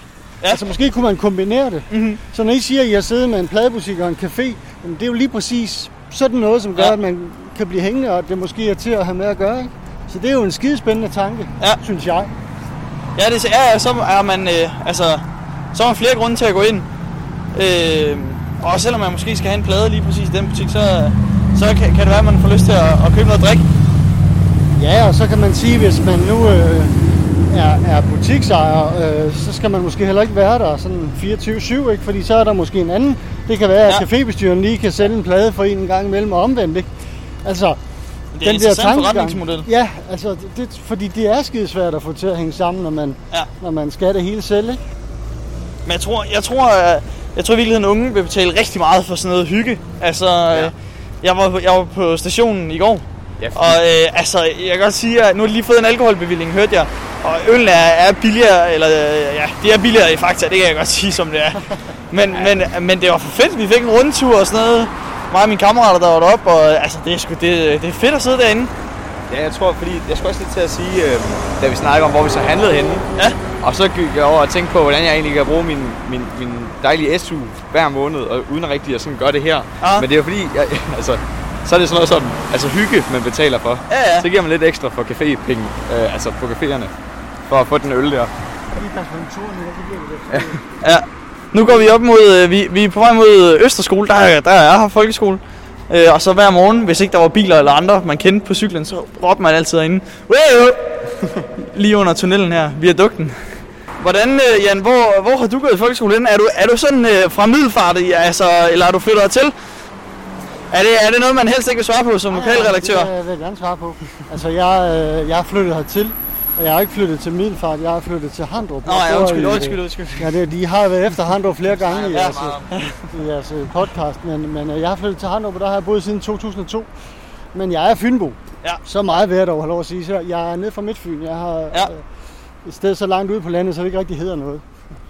[SPEAKER 3] Ja. Altså måske kunne man kombinere det.
[SPEAKER 1] Mhm.
[SPEAKER 3] Så når I siger, at I har siddet med en pladebutik og en café, jamen, det er jo lige præcis sådan noget, som gør,
[SPEAKER 1] Ja.
[SPEAKER 3] ja. at man kan blive hængende, og det måske er til at have med at gøre. Ikke? Så det er jo en skidespændende tanke,
[SPEAKER 1] Ja.
[SPEAKER 3] synes jeg.
[SPEAKER 1] Ja, det er, ja, så er man, øh, altså, så er man flere grunde til at gå ind. Øh, og selvom man måske skal have en plade lige præcis i den butik, så, så kan, kan det være, at man får lyst til at, at købe noget drik.
[SPEAKER 3] Ja, og så kan man sige, hvis man nu øh, er, er butiksejer, øh, så skal man måske heller ikke være der sådan 24-7, ikke? fordi så er der måske en anden. Det kan være,
[SPEAKER 1] Ja.
[SPEAKER 3] at ja. cafébestyreren lige kan sælge en plade for en en gang imellem og omvendt. Ikke? Altså,
[SPEAKER 1] Det er en interessant forretningsmodel.
[SPEAKER 3] Ja, altså, det- det, fordi det er skidesvært at få til at hænge sammen, når man,
[SPEAKER 1] Ja.
[SPEAKER 3] når man skal det hele selv. Ikke?
[SPEAKER 1] Men jeg tror, jeg tror, jeg, jeg tror i virkeligheden, at unge vil betale rigtig meget for sådan noget hygge. Altså, ja.
[SPEAKER 2] Ja.
[SPEAKER 1] øh, jeg, var, på- jeg var på stationen i går,
[SPEAKER 2] Ja,
[SPEAKER 1] og øh, altså, jeg kan godt sige, at nu har de lige fået en alkoholbevilling, hørte jeg. Og øl er, er billigere, eller øh, ja, det er billigere i fakta, det kan jeg godt sige, som det er. Men, ja. men, men det var for fedt, vi fik en rundtur og sådan noget. Mig og mine kammerater, der var deroppe, og øh, altså, det er, sgu, det, det er fedt at sidde derinde.
[SPEAKER 2] Ja, jeg tror, fordi jeg skulle også lige til at sige, øh, da vi snakkede om, hvor vi så handlede henne.
[SPEAKER 1] Ja.
[SPEAKER 2] Og så gik jeg over og tænkte på, hvordan jeg egentlig kan bruge min, min, min dejlige SU hver måned, og uden rigtig at sådan gøre det her.
[SPEAKER 1] Ja.
[SPEAKER 2] Men det er jo fordi, jeg, altså, så er det sådan noget som altså hygge, man betaler for.
[SPEAKER 1] Ja, ja.
[SPEAKER 2] Så giver man lidt ekstra for cafépenge, øh, altså på caféerne, for at få den øl der.
[SPEAKER 3] Lige pas på en tur ned, det bliver det.
[SPEAKER 1] Ja. Nu går vi op mod, øh, vi, vi er på vej mod øh, Østerskole, der, er- der er her folkeskole. Øh, og så hver morgen, hvis ikke der var biler eller andre, man kendte på cyklen, så råbte man altid herinde. Wow! Lige under tunnelen her, via dugten. Hvordan, øh, Jan, hvor, hvor har du gået i folkeskole henne? Er du, er du sådan øh, fra middelfart, i- altså, eller er du flyttet til? Er det, er det noget, man helst ikke vil svare på som lokalredaktør?
[SPEAKER 3] Det øh, vil jeg gerne svare på. Altså, jeg, øh, jeg er flyttet hertil, og jeg er ikke flyttet til Middelfart, jeg er flyttet til Handrup.
[SPEAKER 1] Nå
[SPEAKER 3] Jeg
[SPEAKER 1] ja,
[SPEAKER 3] bor
[SPEAKER 1] undskyld,
[SPEAKER 3] i, øh,
[SPEAKER 1] undskyld, undskyld.
[SPEAKER 3] Ja, det, de har været efter Handrup flere gange i
[SPEAKER 1] Ja,
[SPEAKER 3] jeres, i jeres øh, podcast, men, men øh, jeg har flyttet til Handrup, og der har jeg boet siden 2002. Men jeg er Fynbo.
[SPEAKER 1] Ja.
[SPEAKER 3] Så meget vil jeg dog have lov at sige. Så jeg er nede fra Midtfyn. Jeg har
[SPEAKER 1] Ja.
[SPEAKER 3] øh, et sted så langt ude på landet, så det ikke rigtig hedder noget.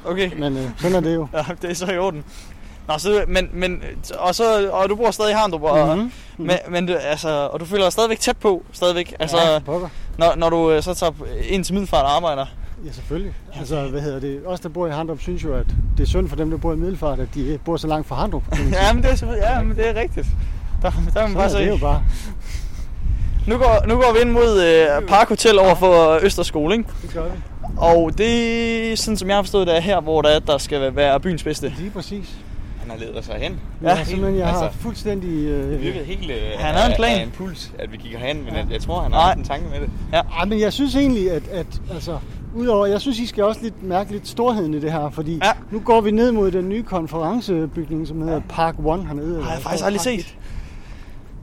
[SPEAKER 1] Okay.
[SPEAKER 3] Men øh, sådan er det jo.
[SPEAKER 1] Ja, det er så i orden. Nå, så, men, men, og, så, og du bor stadig i Harndrup, og,
[SPEAKER 3] Mhm.
[SPEAKER 1] men, men, du- altså, og du føler dig stadigvæk tæt på, stadigvæk, altså,
[SPEAKER 3] ja,
[SPEAKER 1] ja.
[SPEAKER 3] pokker.
[SPEAKER 1] når, når du øh, så tager ind til Middelfart og arbejder.
[SPEAKER 3] Ja, selvfølgelig. Altså, hvad hedder det? Os, der bor i Handrup, synes jo, at det er synd for dem, der bor i Middelfart, at de bor så langt fra Handrup. kan man sige.
[SPEAKER 1] ja, men det er selvfølgelig, ja, men det er rigtigt. Der, der er man bare Mhm.
[SPEAKER 3] Sådan
[SPEAKER 1] så
[SPEAKER 3] er det jo
[SPEAKER 1] ikke.
[SPEAKER 3] bare.
[SPEAKER 1] Nu går, nu går vi ind mod øh, Park Hotel over for Østerskole, ikke?
[SPEAKER 3] Det gør vi.
[SPEAKER 1] Og det, sådan som jeg har forstået det, er her, hvor der, er, der skal være byens bedste.
[SPEAKER 3] Lige præcis.
[SPEAKER 2] Han har ledet sig hen.
[SPEAKER 3] Ja,
[SPEAKER 1] Ja,
[SPEAKER 3] jeg har simpelthen, jeg har
[SPEAKER 2] altså-
[SPEAKER 3] fuldstændig...
[SPEAKER 2] Det
[SPEAKER 3] Øh,
[SPEAKER 2] virkede helt øh,
[SPEAKER 1] Han havde en
[SPEAKER 2] af-
[SPEAKER 1] plan.
[SPEAKER 2] af en puls, at vi gik herhen, men jeg, jeg tror, han
[SPEAKER 1] Nej.
[SPEAKER 2] har haft en tanke med det.
[SPEAKER 3] ej, men jeg synes egentlig, at, at altså, udover, jeg synes, I skal også lidt mærke lidt storheden i det her, fordi
[SPEAKER 1] Ja.
[SPEAKER 3] ja. nu går vi ned mod den nye konferencebygning, som hedder Park One hernede. eller
[SPEAKER 1] Har jeg
[SPEAKER 3] hvad
[SPEAKER 1] faktisk
[SPEAKER 3] hedder
[SPEAKER 1] aldrig
[SPEAKER 3] det? Park
[SPEAKER 1] set.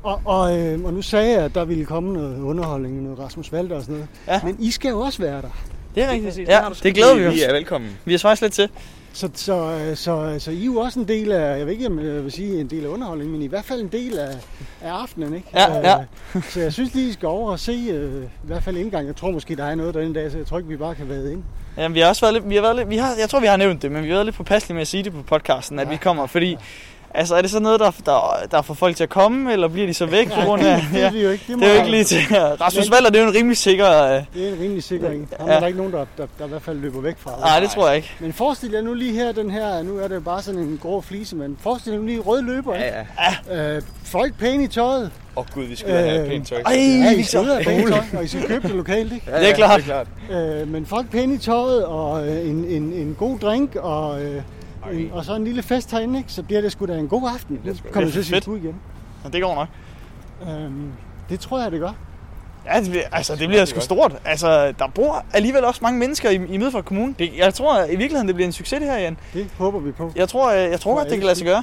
[SPEAKER 3] Og, og, øh, og nu sagde jeg, at der ville komme noget underholdning, noget Rasmus Valder og sådan noget.
[SPEAKER 1] Ja.
[SPEAKER 3] Ja. Men I skal jo også være der.
[SPEAKER 1] Det er rigtigt. Ja, det glæder vi
[SPEAKER 2] Vi er
[SPEAKER 1] os.
[SPEAKER 2] velkommen.
[SPEAKER 1] Vi er faktisk lidt til.
[SPEAKER 3] Så, så, øh, så, så I er jo også en del af, jeg ved ikke, om jeg vil sige en del af underholdningen, men i hvert fald en del af, af aftenen, ikke?
[SPEAKER 1] Ja,
[SPEAKER 3] Øh,
[SPEAKER 1] ja.
[SPEAKER 3] Så jeg synes lige, I skal over og se øh, i hvert fald indgang. Jeg tror måske, der er noget derinde i dag, så jeg tror ikke, vi bare kan vade ind.
[SPEAKER 1] Jamen, vi har også været lidt, vi har været lidt, vi har, jeg tror, vi har nævnt det, men vi har været lidt påpasselige med at sige det på podcasten, at vi kommer, fordi Altså, er det sådan noget, der, der, der får folk til at komme, eller bliver de så væk på grund af...
[SPEAKER 3] Det
[SPEAKER 1] Ja,
[SPEAKER 3] er vi jo ikke. Det, må
[SPEAKER 1] det er jo
[SPEAKER 3] jeg-
[SPEAKER 1] ikke lige til... Rasmus
[SPEAKER 3] Men-
[SPEAKER 1] Valder, det er jo en rimelig sikker... øh,
[SPEAKER 3] Det er en rimelig sikker en. Ham
[SPEAKER 1] Ja.
[SPEAKER 3] er der ikke nogen, der, der, der i hvert fald løber væk fra.
[SPEAKER 1] Nej, det tror jeg ikke.
[SPEAKER 3] Men forestil jer nu lige her, den her, nu er det jo bare sådan en grå flise, men forestil jer nu lige en rød løber, ikke?
[SPEAKER 2] Ja, ja.
[SPEAKER 3] Øh, folk pæne i tøjet.
[SPEAKER 2] Åh gud, vi skulle øh, have
[SPEAKER 3] Øh,
[SPEAKER 2] pænt tøj.
[SPEAKER 1] Ej,
[SPEAKER 3] Ja, I
[SPEAKER 1] Victor.
[SPEAKER 3] skal ud af pæne tøj, og I skal købe det lokalt, ikke?
[SPEAKER 2] Ja,
[SPEAKER 1] det er
[SPEAKER 2] ja,
[SPEAKER 1] klart.
[SPEAKER 2] Det er klart.
[SPEAKER 3] Øh, men folk pæne i tøjet, og øh, en, en, en god drink, og, øh, en, og så en lille fest herinde, ikke? Så bliver det sgu da en god aften. Nu
[SPEAKER 2] Det er
[SPEAKER 3] kommer det til
[SPEAKER 1] fedt.
[SPEAKER 3] at sige sgu igen.
[SPEAKER 1] Ja, det går nok.
[SPEAKER 3] Øhm, det tror jeg, det gør.
[SPEAKER 1] Ja, det, bliver- altså, det bliver sgu stort. Altså, der bor alligevel også mange mennesker i, i Middelfart Kommune. Det, jeg tror at i virkeligheden, det bliver en succes det her, Jan.
[SPEAKER 3] Det håber vi på.
[SPEAKER 1] Jeg tror, øh, jeg, jeg tror godt, det kan lade sig gøre.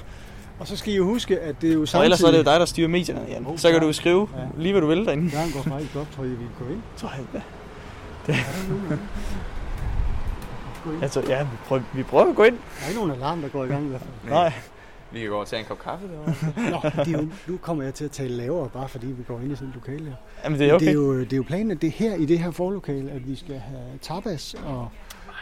[SPEAKER 3] Og så skal I jo huske, at det er jo
[SPEAKER 1] Og
[SPEAKER 3] samtidig...
[SPEAKER 1] ellers så er det jo dig, der styrer medierne, Jan. Så kan du skrive lige, hvad du vil derinde.
[SPEAKER 3] Jørgen går faktisk op, tror jeg, vi går ind.
[SPEAKER 1] Tror jeg, ja. Det. Jeg tror, ja, vi prøver, vi prøver at gå ind.
[SPEAKER 3] Der er ikke nogen alarm, der går i gang i hvert fald.
[SPEAKER 1] Nej.
[SPEAKER 2] Vi kan gå over og tage en kop kaffe derovre.
[SPEAKER 3] Nå, det er jo, nu kommer jeg til at tale lavere, bare fordi vi går ind i sådan et lokale her.
[SPEAKER 1] Jamen, det er okay.
[SPEAKER 3] Det, er jo, det er jo planen, at det er her i det her forlokale, at vi skal have tapas og,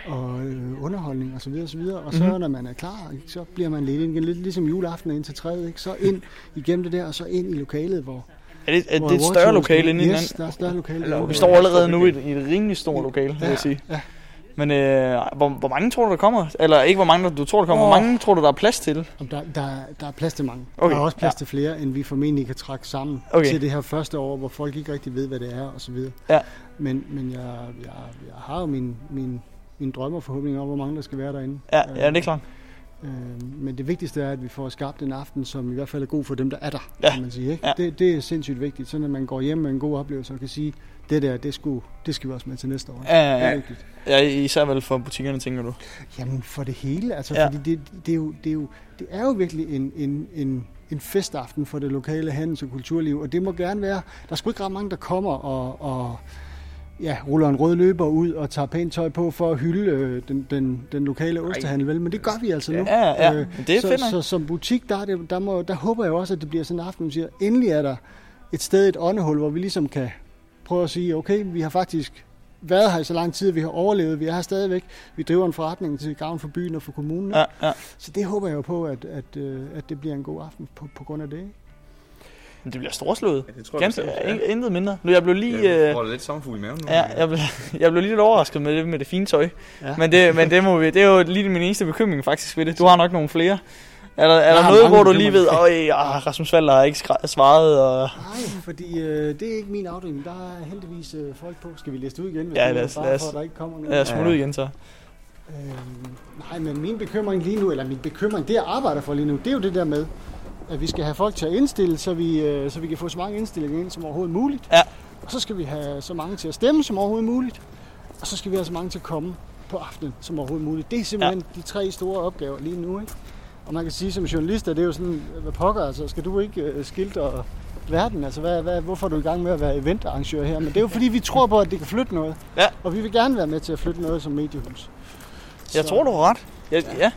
[SPEAKER 3] og øh, underholdning osv. Og, så videre, og, så videre. og så
[SPEAKER 1] Mhm.
[SPEAKER 3] mm-hmm. når man er klar, ikke, så bliver man lidt ind igen, lidt ligesom juleaften og ind til træet. Ikke? Så ind igennem det der, og så ind i lokalet, hvor...
[SPEAKER 1] Er det, er
[SPEAKER 3] hvor
[SPEAKER 1] det et
[SPEAKER 3] Watchers-
[SPEAKER 1] større lokale end
[SPEAKER 3] Yes,
[SPEAKER 1] yes.
[SPEAKER 3] der er et større lokale.
[SPEAKER 1] Vi
[SPEAKER 3] Hvor-
[SPEAKER 1] står allerede nu i et, i et rimelig stort lokale, vil jeg sige.
[SPEAKER 3] ja.
[SPEAKER 1] Men øh, hvor, hvor mange tror du, der kommer? Eller ikke, hvor mange du tror, der kommer. Hvor
[SPEAKER 3] Åh.
[SPEAKER 1] mange tror du, der er plads til?
[SPEAKER 3] Jamen, Der, der, der er plads til mange.
[SPEAKER 1] Okay,
[SPEAKER 3] Okay, der er også plads
[SPEAKER 1] ja.
[SPEAKER 3] ja. til flere, end vi formentlig kan trække sammen
[SPEAKER 1] Okay.
[SPEAKER 3] okay. til det her første år, hvor folk ikke rigtig ved, hvad det er og så videre.
[SPEAKER 1] Ja.
[SPEAKER 3] Men, men jeg, jeg, jeg har jo min, min, min drømme og forhåbninger om, hvor mange der skal være derinde.
[SPEAKER 1] Ja,
[SPEAKER 3] Øh,
[SPEAKER 1] ja det er klart.
[SPEAKER 3] øh, men det vigtigste er, at vi får skabt en aften, som i hvert fald er god for dem, der er der,
[SPEAKER 1] Ja.
[SPEAKER 3] kan man sige. Ikke?
[SPEAKER 1] Ja.
[SPEAKER 3] Det, det er sindssygt vigtigt, sådan at man går hjem med en god oplevelse og kan sige, det der, det, skulle, det skal vi også med til næste år.
[SPEAKER 1] Ja, ja,
[SPEAKER 3] Det er
[SPEAKER 1] ja.
[SPEAKER 3] vigtigt.
[SPEAKER 1] ja, især vel for butikkerne, tænker du.
[SPEAKER 3] Jamen for det hele, altså
[SPEAKER 1] Ja.
[SPEAKER 3] ja. fordi det, det, er jo, det, er jo, det er jo virkelig en, en, en, en festaften for det lokale handels- og kulturliv, og det må gerne være, der er sgu ikke ret mange, der kommer og, og ja, ruller en rød løber ud og tager pænt tøj på for at hylde øh, den, den, den lokale ostehandel, vel? men det gør vi altså nu.
[SPEAKER 1] Ja, ja,
[SPEAKER 3] Øh,
[SPEAKER 1] men det er
[SPEAKER 3] så,
[SPEAKER 1] fedt nok.
[SPEAKER 3] så, som butik, der, er det, der, må, der håber jeg også, at det bliver sådan en aften, hvor man siger, endelig er der et sted, et åndehul, hvor vi ligesom kan prøve at sige, okay, vi har faktisk været her i så lang tid, at vi har overlevet, vi er her stadigvæk, vi driver en forretning til gavn for byen og for kommunen.
[SPEAKER 1] Ja, ja.
[SPEAKER 3] Så det håber jeg jo på, at, at, øh, at det bliver en god aften på, på grund af det. ikke?
[SPEAKER 1] Men det bliver storslået.
[SPEAKER 2] Ja, det tror jeg
[SPEAKER 1] Ganske,
[SPEAKER 2] bestemt,
[SPEAKER 1] ja,
[SPEAKER 2] ja.
[SPEAKER 1] in- intet mindre. Nu, jeg blev lige...
[SPEAKER 2] Jeg
[SPEAKER 1] Øh,
[SPEAKER 2] får da lidt sommerfugl i maven nu.
[SPEAKER 1] ja, jeg blev, jeg blev lige lidt overrasket med det, med det fine tøj.
[SPEAKER 3] Ja.
[SPEAKER 1] Men, det, men det, må vi, det er jo lige min eneste bekymring faktisk ved det. Du har nok nogle flere. Er der, er der
[SPEAKER 3] har
[SPEAKER 1] noget,
[SPEAKER 3] mange
[SPEAKER 1] hvor du lige ved,
[SPEAKER 3] bekymringer.
[SPEAKER 1] at Rasmus Valder har ikke skra- svaret? Og...
[SPEAKER 3] Nej, fordi øh, det er ikke min afdeling. Der er heldigvis øh, folk på. Skal vi læse det ud igen? hvis
[SPEAKER 1] Ja,
[SPEAKER 3] det er
[SPEAKER 1] lad os-
[SPEAKER 3] bare
[SPEAKER 1] lad os-
[SPEAKER 3] For, at der ikke kommer nogen.
[SPEAKER 1] Ja, jeg smutter ud igen så.
[SPEAKER 3] Øhm, nej, men min bekymring lige nu, eller min bekymring, det jeg arbejder for lige nu, det er jo det der med, at vi skal have folk til at indstille, så vi, øh, så vi kan få så mange indstillinger ind som overhovedet muligt.
[SPEAKER 1] Ja.
[SPEAKER 3] Og så skal vi have så mange til at stemme som overhovedet muligt. Og så skal vi have så mange til at komme på aftenen som overhovedet muligt. Det er simpelthen ja. de tre store opgaver lige nu. Ikke? Og man kan sige som journalist, at det er jo sådan, hvad pokker, altså skal du ikke øh, skildre verden? Altså hvad, hvad, hvorfor er du i gang med at være eventarrangør her? Men det er jo fordi, vi tror på, at det kan flytte noget.
[SPEAKER 1] Ja.
[SPEAKER 3] Og vi vil gerne være med til at flytte noget som mediehus.
[SPEAKER 1] Jeg
[SPEAKER 3] Så-
[SPEAKER 1] tror, du har ret. Jeg, ja.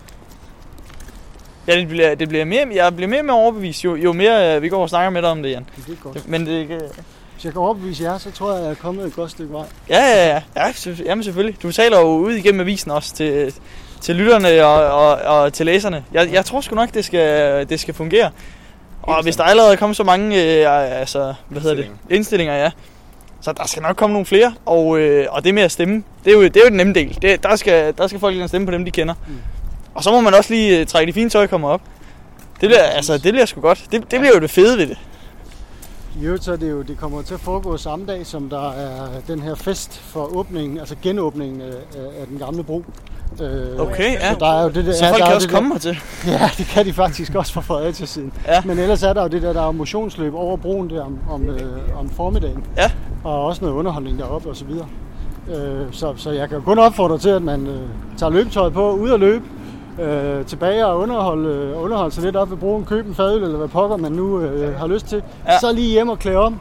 [SPEAKER 1] Ja, det bliver, det bliver mere, jeg bliver mere og mere overbevist, jo, jo mere øh, vi går og snakker med dig om det, Jan.
[SPEAKER 3] Det er godt.
[SPEAKER 1] Men det, øh,
[SPEAKER 3] Hvis jeg kan overbevise jer, så tror jeg, at jeg er kommet et godt stykke vej.
[SPEAKER 1] ja, ja, ja, ja, selvfø- jamen selvfølgelig. Du taler jo ud igennem avisen også til, til lytterne og, og, og til læserne. Jeg, jeg tror sgu nok, det skal, det skal fungere. Og hvis der allerede er kommet så mange øh, altså, hvad hedder det, indstillinger, ja, Så der skal nok komme nogle flere, og, øh, og det med at stemme, det er jo, det er jo den nemme del. Det, der, skal, der skal folk lige stemme på dem, de kender. Mm. Og så må man også lige øh, trække de fine tøjkommer op. Det bliver, altså, det bliver sgu godt. Det, det bliver jo det fede ved det.
[SPEAKER 3] I øvrigt så er det jo, det kommer til at foregå samme dag, som der er den her fest for åbningen, altså genåbningen af, af den gamle bro. Øh,
[SPEAKER 1] Okay, ja.
[SPEAKER 3] Så der er jo det der,
[SPEAKER 1] Så
[SPEAKER 3] ja,
[SPEAKER 1] folk
[SPEAKER 3] der
[SPEAKER 1] kan
[SPEAKER 3] er jo
[SPEAKER 1] også
[SPEAKER 3] det der-
[SPEAKER 1] komme hertil.
[SPEAKER 3] Ja, det kan de faktisk også fra Fredericia siden.
[SPEAKER 1] Ja.
[SPEAKER 3] Men ellers er der jo det der, der er jo motionsløb over broen der om, om, øh, om formiddagen.
[SPEAKER 1] Ja.
[SPEAKER 3] Og også noget underholdning deroppe og så videre. Øh, så, så jeg kan jo kun opfordre til, at man øh, tager løbetøjet på, ud og løbe, øh, tilbage og underholde, øh, underholde sig lidt op ved broen, købe en fadøl eller hvad pokker man nu øh, har lyst til.
[SPEAKER 1] Ja.
[SPEAKER 3] Så lige hjem og klæde om.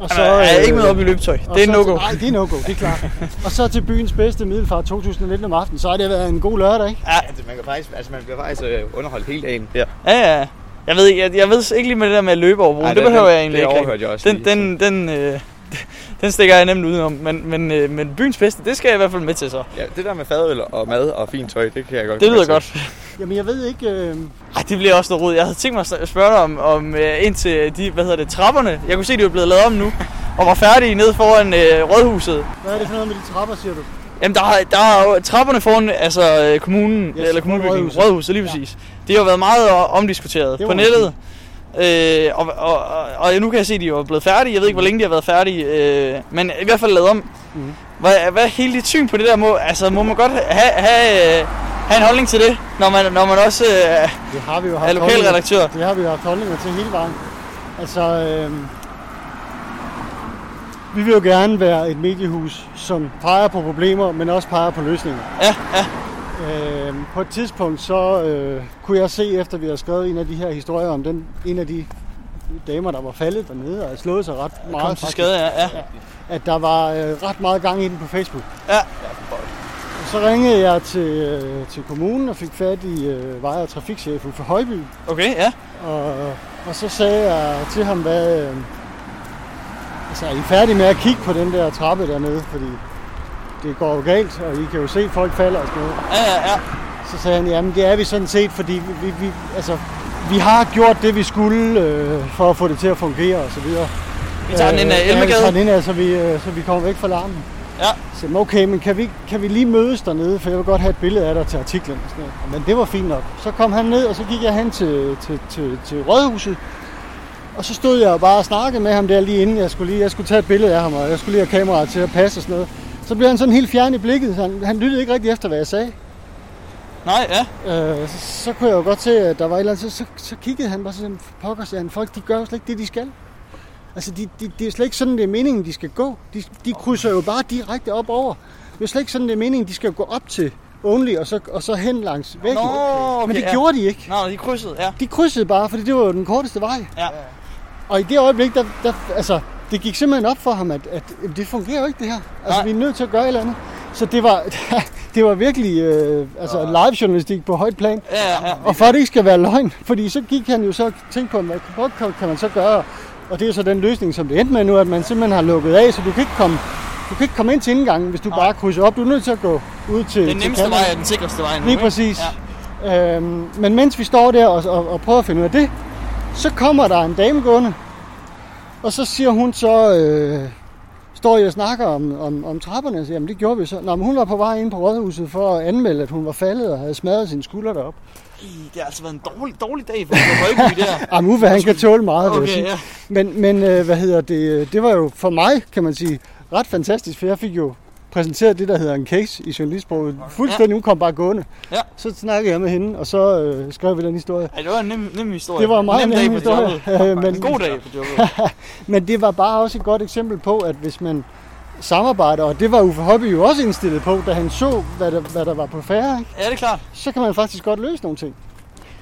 [SPEAKER 3] Og
[SPEAKER 1] Så, øh, jeg er ikke med op i løbetøj.
[SPEAKER 3] og
[SPEAKER 1] Det er
[SPEAKER 3] så
[SPEAKER 1] no-go.
[SPEAKER 3] Nej, det er no-go, det er klart. og så til byens bedste middelfart 2019 om aftenen, så har det været en god lørdag, ikke?
[SPEAKER 2] Altså, man, kan faktisk, altså, man bliver faktisk øh, underholdt hele dagen. Ja.
[SPEAKER 1] Ja, ja. Jeg ved, ikke- jeg, jeg ved ikke lige med det der med at løbe over broen.
[SPEAKER 2] Ej,
[SPEAKER 1] det
[SPEAKER 2] den-
[SPEAKER 1] behøver
[SPEAKER 2] den-
[SPEAKER 1] jeg egentlig
[SPEAKER 2] det
[SPEAKER 1] ikke.
[SPEAKER 2] overhørte
[SPEAKER 1] rigtig.
[SPEAKER 2] jeg også
[SPEAKER 1] Den, den, den, øh, den stikker jeg nemt udenom. Men, men, øh, men byens bedste, det skal jeg i hvert fald med til så.
[SPEAKER 2] ja. det der med fadøl og mad og fint tøj, det kan jeg godt
[SPEAKER 1] Det
[SPEAKER 2] komme
[SPEAKER 1] lyder
[SPEAKER 2] til.
[SPEAKER 1] godt.
[SPEAKER 3] Jamen jeg ved ikke... Øh,
[SPEAKER 1] Ej, det bliver også noget rod. Jeg havde tænkt mig at sn- spørge dig om, om øh, ind til de, hvad hedder det, trapperne. Jeg kunne se, de var blevet lavet om nu. Og var færdige nede foran øh, rådhuset.
[SPEAKER 3] hvad er det for noget med de trapper, siger du?
[SPEAKER 1] Jamen, der, har- der er jo trapperne foran altså, øh, kommunen,
[SPEAKER 3] Yes,
[SPEAKER 1] yes, eller kommunebygningen,
[SPEAKER 3] rådhuset.
[SPEAKER 1] rådhuset. rådhuset, lige præcis. Det har været meget øh, omdiskuteret
[SPEAKER 3] Det
[SPEAKER 1] på
[SPEAKER 3] må man sige.
[SPEAKER 1] nettet. Øh, og, og, og, og, nu kan jeg se, at de er blevet færdige. Jeg ved ikke,
[SPEAKER 3] Mm.
[SPEAKER 1] hvor længe de har været færdige, øh, men i hvert fald lavet om.
[SPEAKER 3] Mhm.
[SPEAKER 1] Mm. Hvad, hvad er hele dit syn på det der? Må, altså, må man godt have, have, øh, have en holdning til det, når man, når man også øh,
[SPEAKER 3] Det har vi jo haft
[SPEAKER 1] er
[SPEAKER 3] holdninger-
[SPEAKER 1] lokalredaktør?
[SPEAKER 3] Det har vi jo haft holdninger til hele vejen. Altså, øh, vi vil jo gerne være et mediehus, som peger på problemer, men også peger på løsninger.
[SPEAKER 1] Ja, ja.
[SPEAKER 3] Øh, på et tidspunkt så øh, kunne jeg se, efter vi havde skrevet en af de her historier om den, en af de damer, der var faldet dernede og havde slået sig ret meget,
[SPEAKER 1] Kom til
[SPEAKER 3] faktisk,
[SPEAKER 1] skade, ja. ja.
[SPEAKER 3] at der var øh, ret meget gang i den på Facebook.
[SPEAKER 1] ja.
[SPEAKER 3] Så ringede jeg til, øh, til kommunen og fik fat i øh, vej- og trafikchef Uffe Højby,
[SPEAKER 1] Okay, ja.
[SPEAKER 3] Og, og så sagde jeg til ham, hvad... Øh, altså, er I færdige med at kigge på den der trappe dernede? Fordi det går jo galt, og I kan jo se, at folk falder og sådan noget.
[SPEAKER 1] Ja, ja, ja.
[SPEAKER 3] Så sagde han, jamen det er vi sådan set, fordi vi, vi, vi, altså, vi har gjort det, vi skulle øh, for at få det til at fungere og så videre.
[SPEAKER 1] Vi tager den ind af
[SPEAKER 3] Øh, Ja, vi
[SPEAKER 1] Elmegade.
[SPEAKER 3] tager den ind af, så vi, øh, så vi kommer væk fra larmen.
[SPEAKER 1] Ja.
[SPEAKER 3] Så sagde han, okay, men kan vi, kan vi lige mødes dernede, for jeg vil godt have et billede af dig til artiklen. Og sådan noget. Men det var fint nok. Så kom han ned, og så gik jeg hen til, til, til, til Rådhuset. Og så stod jeg bare og snakkede med ham der lige inden. Jeg skulle, lige, jeg skulle tage et billede af ham, og jeg skulle lige have kameraet til at passe og sådan noget. Så blev han sådan helt fjern i blikket. Så han, han lyttede ikke rigtig efter, hvad jeg sagde.
[SPEAKER 1] Nej, ja.
[SPEAKER 3] Øh, så, så kunne jeg jo godt se, at der var et eller andet, så, så, så kiggede han bare sådan, pokker, siger han, folk de gør jo slet ikke det, de skal. Altså, de, de, det er slet ikke sådan, det er meningen, de skal gå. De, de krydser jo bare direkte op over. Det er slet ikke sådan, det er meningen, de skal jo gå op til only, og så, og så hen langs væggen.
[SPEAKER 1] Nå, okay,
[SPEAKER 3] Men det
[SPEAKER 1] ja.
[SPEAKER 3] gjorde de ikke.
[SPEAKER 1] Nå, de krydsede, ja.
[SPEAKER 3] De krydsede bare, fordi det var jo den korteste vej.
[SPEAKER 1] Ja,
[SPEAKER 3] Og i det øjeblik, der, der altså, det gik simpelthen op for ham, at, at jamen, det fungerer jo ikke det her. Altså,
[SPEAKER 1] Nej.
[SPEAKER 3] vi er nødt til at gøre et eller andet. Så det var, det var virkelig øh, altså, live-journalistik på højt plan.
[SPEAKER 1] ja, ja. ja.
[SPEAKER 3] Og for at det ikke skal være løgn, fordi så gik han jo så og tænkte på, hvad hvad kan- kan man så gøre? Og det er jo så den løsning, som det endte med nu, at man simpelthen har lukket af, så du kan ikke komme, du kan ikke komme ind til indgangen, hvis du bare krydser op. Du er nødt til at gå ud til
[SPEAKER 1] Den
[SPEAKER 3] til
[SPEAKER 1] nemmeste
[SPEAKER 3] kanten.
[SPEAKER 1] vej er den sikreste vej nu,
[SPEAKER 3] Lige
[SPEAKER 1] ikke?
[SPEAKER 3] præcis. Ja. Øhm, men mens vi står der og, og, og prøver at finde ud af det, så kommer der en dame gående, og så siger hun så, øh, står jeg og snakker om, om, om trapperne, og siger, jamen det gjorde vi så. Nå, men hun var på vej ind på rådhuset for at anmelde, at hun var faldet og havde smadret sine skuldre derop.
[SPEAKER 1] I, det har altså været en dårlig, dårlig dag for Uffe Højby der.
[SPEAKER 3] Jamen Uffe, han kan tåle meget, vil jeg
[SPEAKER 1] Okay,
[SPEAKER 3] sige.
[SPEAKER 1] ja.
[SPEAKER 3] Men, men øh, hvad hedder det, øh, det var jo for mig, kan man sige, ret fantastisk, for jeg fik jo præsenteret det, der hedder en case i journalistsproget. Fuldstændig, hun kom bare gående.
[SPEAKER 1] Ja.
[SPEAKER 3] Så snakkede jeg med hende, og så øh, skrev vi den historie.
[SPEAKER 1] Ej, det var en nem, nem historie.
[SPEAKER 3] Det var en meget
[SPEAKER 1] nem,
[SPEAKER 3] nem
[SPEAKER 1] dag på
[SPEAKER 3] historie.
[SPEAKER 1] jobbet.
[SPEAKER 3] Øh, men-
[SPEAKER 1] En god dag på jobbet.
[SPEAKER 3] Men det var bare også et godt eksempel på, at hvis man samarbejder, og det var Uffe Hobby jo også indstillet på, da han så, hvad der, hvad der var på færre, ikke?
[SPEAKER 1] ja, det er klart.
[SPEAKER 3] så kan man faktisk godt løse nogle ting.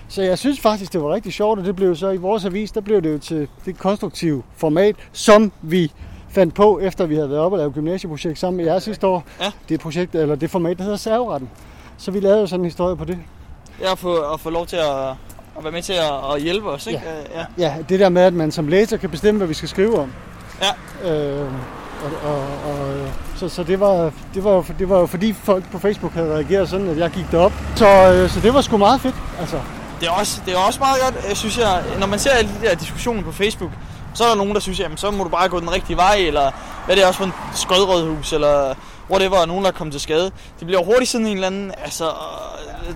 [SPEAKER 3] Så jeg synes faktisk, det var rigtig sjovt, og det blev så i vores avis, der blev det jo til det konstruktive format, som vi fandt på, efter vi havde været oppe og lavet gymnasieprojekt sammen med jer sidste år.
[SPEAKER 1] Ja.
[SPEAKER 3] Det projekt, eller det format, der hedder serveretten. Så vi lavede jo sådan en historie på det.
[SPEAKER 1] Jeg har fået at få lov til at, at være med til at, at hjælpe os, ikke? Ja. ja.
[SPEAKER 3] Ja, det der med, at man som læser kan bestemme, hvad vi skal skrive om.
[SPEAKER 1] Ja.
[SPEAKER 3] Øh, og, og, og, så så det, var, det, var, jo for- det var jo fordi folk på Facebook havde reageret sådan, at jeg gik derop. Så, øh, så det var sgu meget fedt. Altså,
[SPEAKER 1] Det, er også, det er også meget godt, øh, synes jeg, når man ser alle de der diskussioner på Facebook, Så er der nogen, der synes, jamen så må du bare gå den rigtige vej, eller hvad det er også for en skødrødhus, eller whatever, og nogen, der er kommet til skade. Det bliver hurtigt sådan en eller anden altså,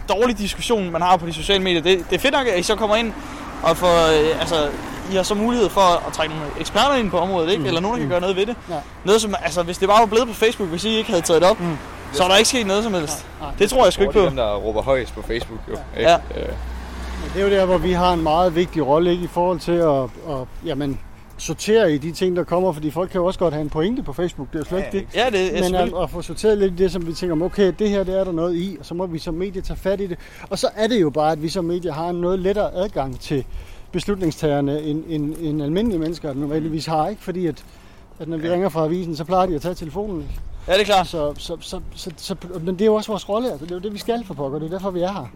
[SPEAKER 1] dårlig diskussion, man har på de sociale medier. Det, det er fedt nok, at I så kommer ind og får, øh, altså, I har så mulighed for at trække nogle eksperter ind på området, ikke?
[SPEAKER 3] Mm,
[SPEAKER 1] eller nogen, der kan
[SPEAKER 3] mm.
[SPEAKER 1] gøre noget ved det.
[SPEAKER 3] Ja.
[SPEAKER 1] Noget som, altså, hvis det bare var blevet på Facebook, hvis I ikke havde taget det op,
[SPEAKER 3] Mm.
[SPEAKER 1] så er der ikke sket noget som helst.
[SPEAKER 3] Nej, nej.
[SPEAKER 1] Det tror jeg sgu ikke
[SPEAKER 2] Det er
[SPEAKER 1] på.
[SPEAKER 2] dem, der råber højst på Facebook, jo.
[SPEAKER 1] Ja.
[SPEAKER 2] Ikke? Øh,
[SPEAKER 3] Men det er jo der, hvor vi har en meget vigtig rolle ikke, i forhold til at, at jamen, sortere i de ting, der kommer, fordi folk kan jo også godt have en pointe på Facebook, det er jo slet
[SPEAKER 2] Ja,
[SPEAKER 3] ikke det.
[SPEAKER 1] Ja, det er
[SPEAKER 3] Men øh,
[SPEAKER 1] selvfølgelig.
[SPEAKER 3] at, at få sorteret lidt i det, som vi tænker, om, okay, det her det er der noget i, og så må vi som medie tage fat i det. Og så er det jo bare, at vi som medie har en noget lettere adgang til beslutningstagerne, end, end, end almindelige mennesker normalvis har, ikke? Fordi at, at når vi ringer fra avisen, så plejer de at tage telefonen. ikke?
[SPEAKER 1] Ja, det er klart.
[SPEAKER 3] Så, så, så, så, så, men det er jo også vores rolle, altså. det er jo det, vi skal for pokker, det er derfor, vi er her.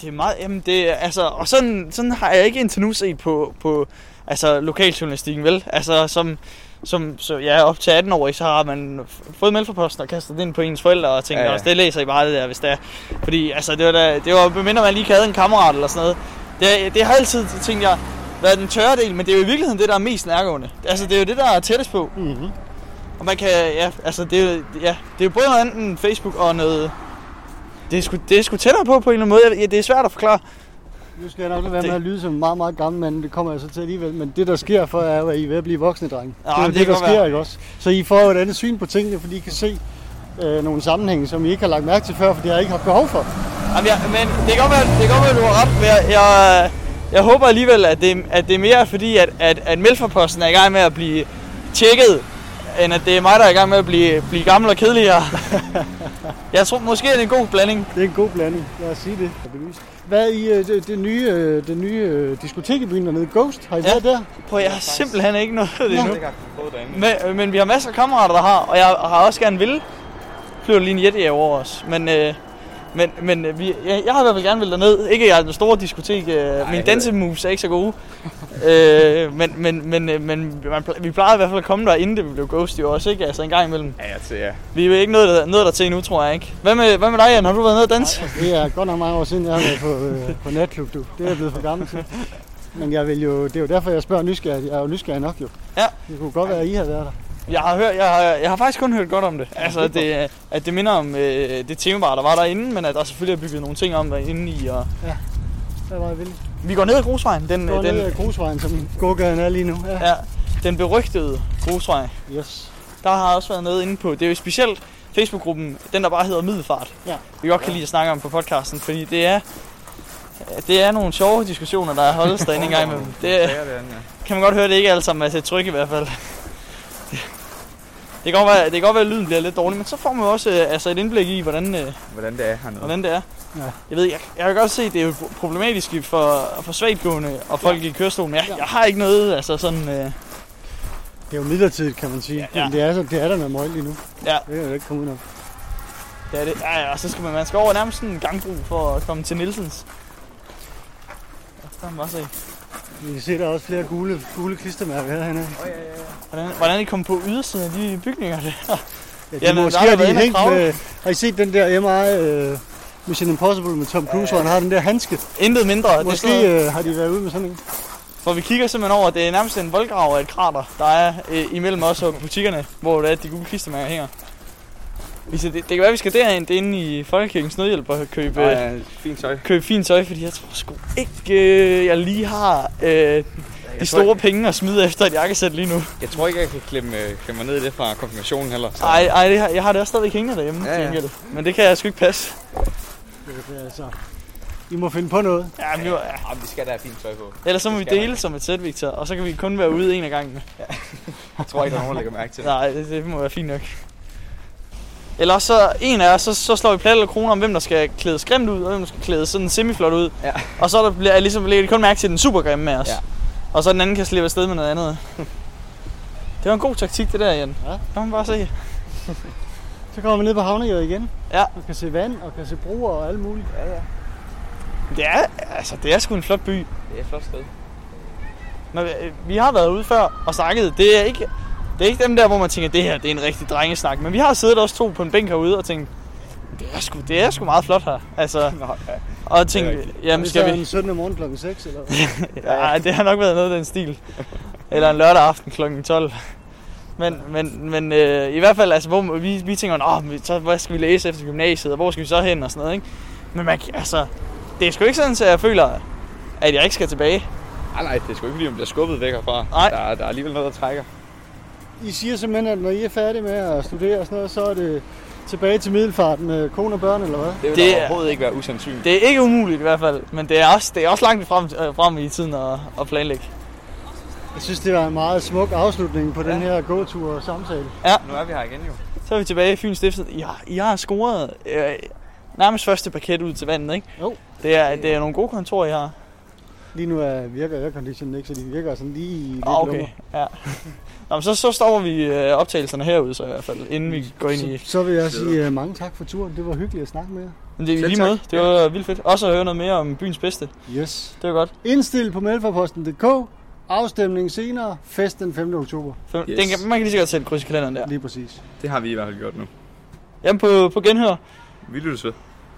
[SPEAKER 1] Det er meget, jamen det er, altså, og sådan, sådan har jeg ikke indtil nu set på, på altså, lokaljournalistikken, vel? Altså, som, som så jeg er op til 18 år, så har man f- fået mælkeposten og kastet den ind på ens forældre og tænkt,
[SPEAKER 2] Ja,
[SPEAKER 1] ja,
[SPEAKER 2] ja.
[SPEAKER 1] ja. det læser I bare det der, hvis det er. Fordi altså, det var da, det var, medmindre man lige havde en kammerat eller sådan noget. Det, det har altid, tænkt jeg, været den tørre del, men det er jo i virkeligheden det, der er mest nærgående. Altså, det er jo det, der er tættest på.
[SPEAKER 3] Mm-hmm.
[SPEAKER 1] Og man kan, ja, altså det, er jo- ja, det er jo både noget andet end Facebook og noget... Det er, sgu, det er sgu tættere på på en eller anden måde. Jeg- Ja, det er svært at forklare.
[SPEAKER 3] Nu skal jeg nok lade være
[SPEAKER 1] Det-
[SPEAKER 3] med at lyde som en meget, meget gammel mand, det kommer jeg så til alligevel, men det der sker for jer, er jo, at I er ved at blive voksne, drenge.
[SPEAKER 1] Ja,
[SPEAKER 3] det er jo
[SPEAKER 1] men
[SPEAKER 3] det,
[SPEAKER 1] det
[SPEAKER 3] det
[SPEAKER 1] kan
[SPEAKER 3] der
[SPEAKER 1] godt
[SPEAKER 3] sker,
[SPEAKER 1] være.
[SPEAKER 3] ikke også? Så I får jo et andet syn på tingene, fordi I kan se øh, nogle sammenhænge, som I ikke har lagt mærke til før, fordi jeg ikke har behov for.
[SPEAKER 1] Jamen, jeg, men det kan godt være, det kan godt være du har ret. Men jeg, jeg, jeg håber alligevel, at det, at det er mere fordi, at, at, at Melforposten er i gang med at blive tjekket, end at det er mig, der er i gang med at blive, blive gammel og kedeligere. jeg tror måske, er det er en god blanding.
[SPEAKER 3] Det er en god blanding, lad os sige det. og belyse. Hvad i øh, det, det nye, øh, det nye øh, diskotek i byen dernede, Ghost, har I
[SPEAKER 1] Ja.
[SPEAKER 3] været der?
[SPEAKER 1] Prøv, jeg har simpelthen ikke noget af det endnu.
[SPEAKER 2] har jeg fået derinde.
[SPEAKER 1] Men, men vi har masser af kammerater, der har, og jeg har også gerne vil flyve lige en jet over os. Men, øh, men, men øh, vi, jeg, jeg har i hvert fald gerne vil derned. Ikke at jeg er den store diskotek. Øh, mine
[SPEAKER 2] heller
[SPEAKER 1] dansemoves er ikke så gode. øh, men men, men, øh, men man, pl- vi plejede i hvert fald at komme der, inden det blev ghost jo også, ikke? Altså en gang imellem.
[SPEAKER 2] Ja, altså, ja.
[SPEAKER 1] Vi er ikke noget, der, noget der til endnu, tror jeg ikke. Hvad med, hvad med dig, Jan? Har du været nede og danse?
[SPEAKER 3] Altså, Det er godt nok mange år siden, jeg har været på, øh, på natklub, du. Det er jeg blevet for gammel til. Men jeg vil jo, det er jo derfor, jeg spørger nysgerrig. Jeg er jo nysgerrig nok jo.
[SPEAKER 1] Ja.
[SPEAKER 3] Det kunne godt være, at I har været der.
[SPEAKER 1] Jeg har, hørt, jeg, har, jeg har faktisk kun hørt godt om det. Altså, at det, er- at det minder om øh, det temabar, der var derinde, men at der selvfølgelig er bygget nogle ting om derinde i. Og
[SPEAKER 3] Hvad var jeg vildt?
[SPEAKER 1] vi går ned ad grusvejen. Den,
[SPEAKER 3] Går
[SPEAKER 1] den,
[SPEAKER 3] ned ad grusvejen, som gågaden er lige nu. Ja.
[SPEAKER 1] Ja, den berygtede grusvej.
[SPEAKER 3] Yes.
[SPEAKER 1] Der har jeg også været noget inde på. Det er jo specielt Facebook-gruppen, den der bare hedder Middelfart.
[SPEAKER 3] Ja.
[SPEAKER 1] Vi godt kan lide at snakke om på podcasten, fordi det er, det er nogle sjove diskussioner, der holdes derinde engang imellem. Det er-
[SPEAKER 2] Ja, det er den, ja.
[SPEAKER 1] kan man godt høre, det ikke er alt sammen er til tryk i hvert fald. Det kan, godt være, det kan godt være, at lyden bliver lidt dårlig, men så får man jo også øh, altså et indblik i, hvordan, øh,
[SPEAKER 2] Hvordan det er hernede.
[SPEAKER 1] hvordan det er.
[SPEAKER 3] Ja.
[SPEAKER 1] Jeg ved, jeg, jeg kan godt se, at det er jo problematisk for, for svagtgående og folk i kørestolen. men Jeg,
[SPEAKER 3] Ja.
[SPEAKER 1] jeg har ikke noget, altså sådan... Øh,
[SPEAKER 3] Det er jo midlertidigt, kan man sige. Ja,
[SPEAKER 1] ja.
[SPEAKER 3] ja. Men det er, så- det er der noget møg lige nu.
[SPEAKER 1] Ja.
[SPEAKER 3] Det kan jeg jo ikke komme udenom.
[SPEAKER 1] Det er det. Ja, ja, og så skal man, man skal over nærmest sådan en gangbro for at komme til Nielsens. Ja, Der kan man bare se.
[SPEAKER 3] Vi kan se, der er også flere gule, gule klistermærker hernede.
[SPEAKER 1] Hvordan, hvordan I kom på ydersiden af de bygninger der.
[SPEAKER 3] Ja, de
[SPEAKER 1] Jamen,
[SPEAKER 3] Jamen, måske
[SPEAKER 1] der har
[SPEAKER 3] har
[SPEAKER 1] været
[SPEAKER 3] de
[SPEAKER 1] inde og
[SPEAKER 3] hængt
[SPEAKER 1] kravle.
[SPEAKER 3] med... Har I set den der MI øh, Mission Impossible med Tom Cruise, hvor han har den der handske?
[SPEAKER 1] Intet mindre. Det er
[SPEAKER 3] Måske
[SPEAKER 1] sådan noget,
[SPEAKER 3] øh, har de været ude med sådan en.
[SPEAKER 1] for vi kigger simpelthen over, det er nærmest en voldgrav af et krater, der er øh, imellem os og butikkerne, hvor det er, at de gule klistermærker hænger. Vi ser, det, det kan være, vi skal derind, det er inde i Folkekirkens Nødhjælp og købe,
[SPEAKER 2] Nå,
[SPEAKER 1] øh,
[SPEAKER 2] ja, fint tøj.
[SPEAKER 1] købe fint tøj, fordi jeg tror sgu ikke, øh, jeg lige har øh, de
[SPEAKER 2] Jeg tror,
[SPEAKER 1] store penge at smide efter et jakkesæt lige nu.
[SPEAKER 2] jeg tror ikke, jeg kan klemme, øh, klemme mig ned i det fra konfirmationen heller. Så.
[SPEAKER 1] Ej, ej det har, jeg har det også stadigvæk hængende derhjemme,
[SPEAKER 2] Ja,
[SPEAKER 1] ja,
[SPEAKER 2] ja.
[SPEAKER 1] ja. Men det kan jeg sgu ikke passe.
[SPEAKER 3] Det er altså... I må finde på noget.
[SPEAKER 1] Ja, men, jo, ja.
[SPEAKER 2] Ej, vi skal da have fint tøj på.
[SPEAKER 1] Ellers så må vi
[SPEAKER 2] Det skal
[SPEAKER 1] dele som et sæt, Victor, og så kan vi kun være ude en af gangen.
[SPEAKER 2] Jeg tror ikke, der er nogen, der lægger mærke til det.
[SPEAKER 1] Nej, det, det må være fint nok. Eller også så en af os, så, så slår vi plat eller kroner om, hvem der skal klæde skræmt ud, og hvem der skal klæde sådan semiflot ud.
[SPEAKER 2] Ja.
[SPEAKER 1] Og så er der bliver, ligesom, lægger de kun mærke til den supergrimme med os.
[SPEAKER 2] Ja.
[SPEAKER 1] Og så den anden kan slippe afsted med noget andet. det var en god taktik, det der, Jan.
[SPEAKER 3] Ja.
[SPEAKER 1] Det må man bare se.
[SPEAKER 3] Så kommer vi ned på Havnegade igen.
[SPEAKER 1] Ja.
[SPEAKER 3] Og kan se vand, og kan se broer og alt muligt.
[SPEAKER 2] Ja, ja.
[SPEAKER 1] Det er, altså, det er sgu en flot by.
[SPEAKER 2] Det er et flot sted.
[SPEAKER 1] Når vi, øh, vi har været ude før og snakket, det er ikke, det er ikke dem der, hvor man tænker, det her det er en rigtig drengesnak. Men vi har siddet også to på en bænk herude og tænkt, det er sgu, det er sgu meget flot her. Altså,
[SPEAKER 2] Nå, ja.
[SPEAKER 1] Og tænkte,
[SPEAKER 2] rigtigt.
[SPEAKER 1] jamen
[SPEAKER 3] er det
[SPEAKER 1] skal
[SPEAKER 3] så
[SPEAKER 1] vi...
[SPEAKER 3] en søndag morgen klokken 6, eller hvad?
[SPEAKER 1] Ja, det har nok været noget af den stil. Eller en lørdag aften kl. 12. Men, men, men øh, i hvert fald, altså, hvor vi, vi tænker, Nå, men så, hvad skal vi læse efter gymnasiet, og hvor skal vi så hen og sådan noget, ikke? Men man, kan- altså, det er sgu ikke sådan, at jeg føler, at jeg ikke skal tilbage.
[SPEAKER 2] Nej, nej, det er sgu ikke, fordi man bliver skubbet væk herfra.
[SPEAKER 1] Nej.
[SPEAKER 2] Der, er- der er alligevel noget, der trækker.
[SPEAKER 3] I siger simpelthen, at når I er færdige med at studere og sådan noget, så er det tilbage til middelfart med kone og børn, eller hvad?
[SPEAKER 2] Det vil
[SPEAKER 1] Det
[SPEAKER 2] det
[SPEAKER 1] er-
[SPEAKER 2] da overhovedet ikke være usandsynligt.
[SPEAKER 1] Det er ikke umuligt i hvert fald, men det er også, det er også langt frem, øh, frem i tiden at, at planlægge.
[SPEAKER 3] Jeg synes, det var en meget smuk afslutning på den her gåtur og samtale.
[SPEAKER 2] Nu er vi her igen jo.
[SPEAKER 1] Så er vi tilbage i Fyns Stiftet. I har, I har scoret øh, nærmest første paket ud til vandet, ikke?
[SPEAKER 3] Jo.
[SPEAKER 1] Det er, det er nogle gode kontorer, I har.
[SPEAKER 3] Lige nu er, virker airconditionen ikke, så de virker sådan lige i lidt
[SPEAKER 1] Ah, okay,
[SPEAKER 3] lummer.
[SPEAKER 1] ja. Nå, men så, så stopper vi øh, optagelserne herude så i hvert fald, inden
[SPEAKER 3] Mm.
[SPEAKER 1] vi går ind i...
[SPEAKER 3] Så, så vil jeg sige uh, mange tak for turen. Det var hyggeligt at snakke med jer.
[SPEAKER 1] Men det er
[SPEAKER 2] Selv
[SPEAKER 1] lige
[SPEAKER 2] tak.
[SPEAKER 1] med. Det var vildt fedt. Også at høre noget mere om byens bedste.
[SPEAKER 3] Yes.
[SPEAKER 1] Det var godt.
[SPEAKER 3] Indstil på mailforposten.dk. Afstemning senere. Fest den 5. oktober.
[SPEAKER 1] Fem, yes.
[SPEAKER 2] Yes.
[SPEAKER 1] den kan, man kan lige så godt sætte kryds i kalenderen der.
[SPEAKER 3] Lige præcis.
[SPEAKER 2] Det har vi i hvert fald gjort nu.
[SPEAKER 1] Jamen på, på genhør.
[SPEAKER 2] Vi lyttes ved.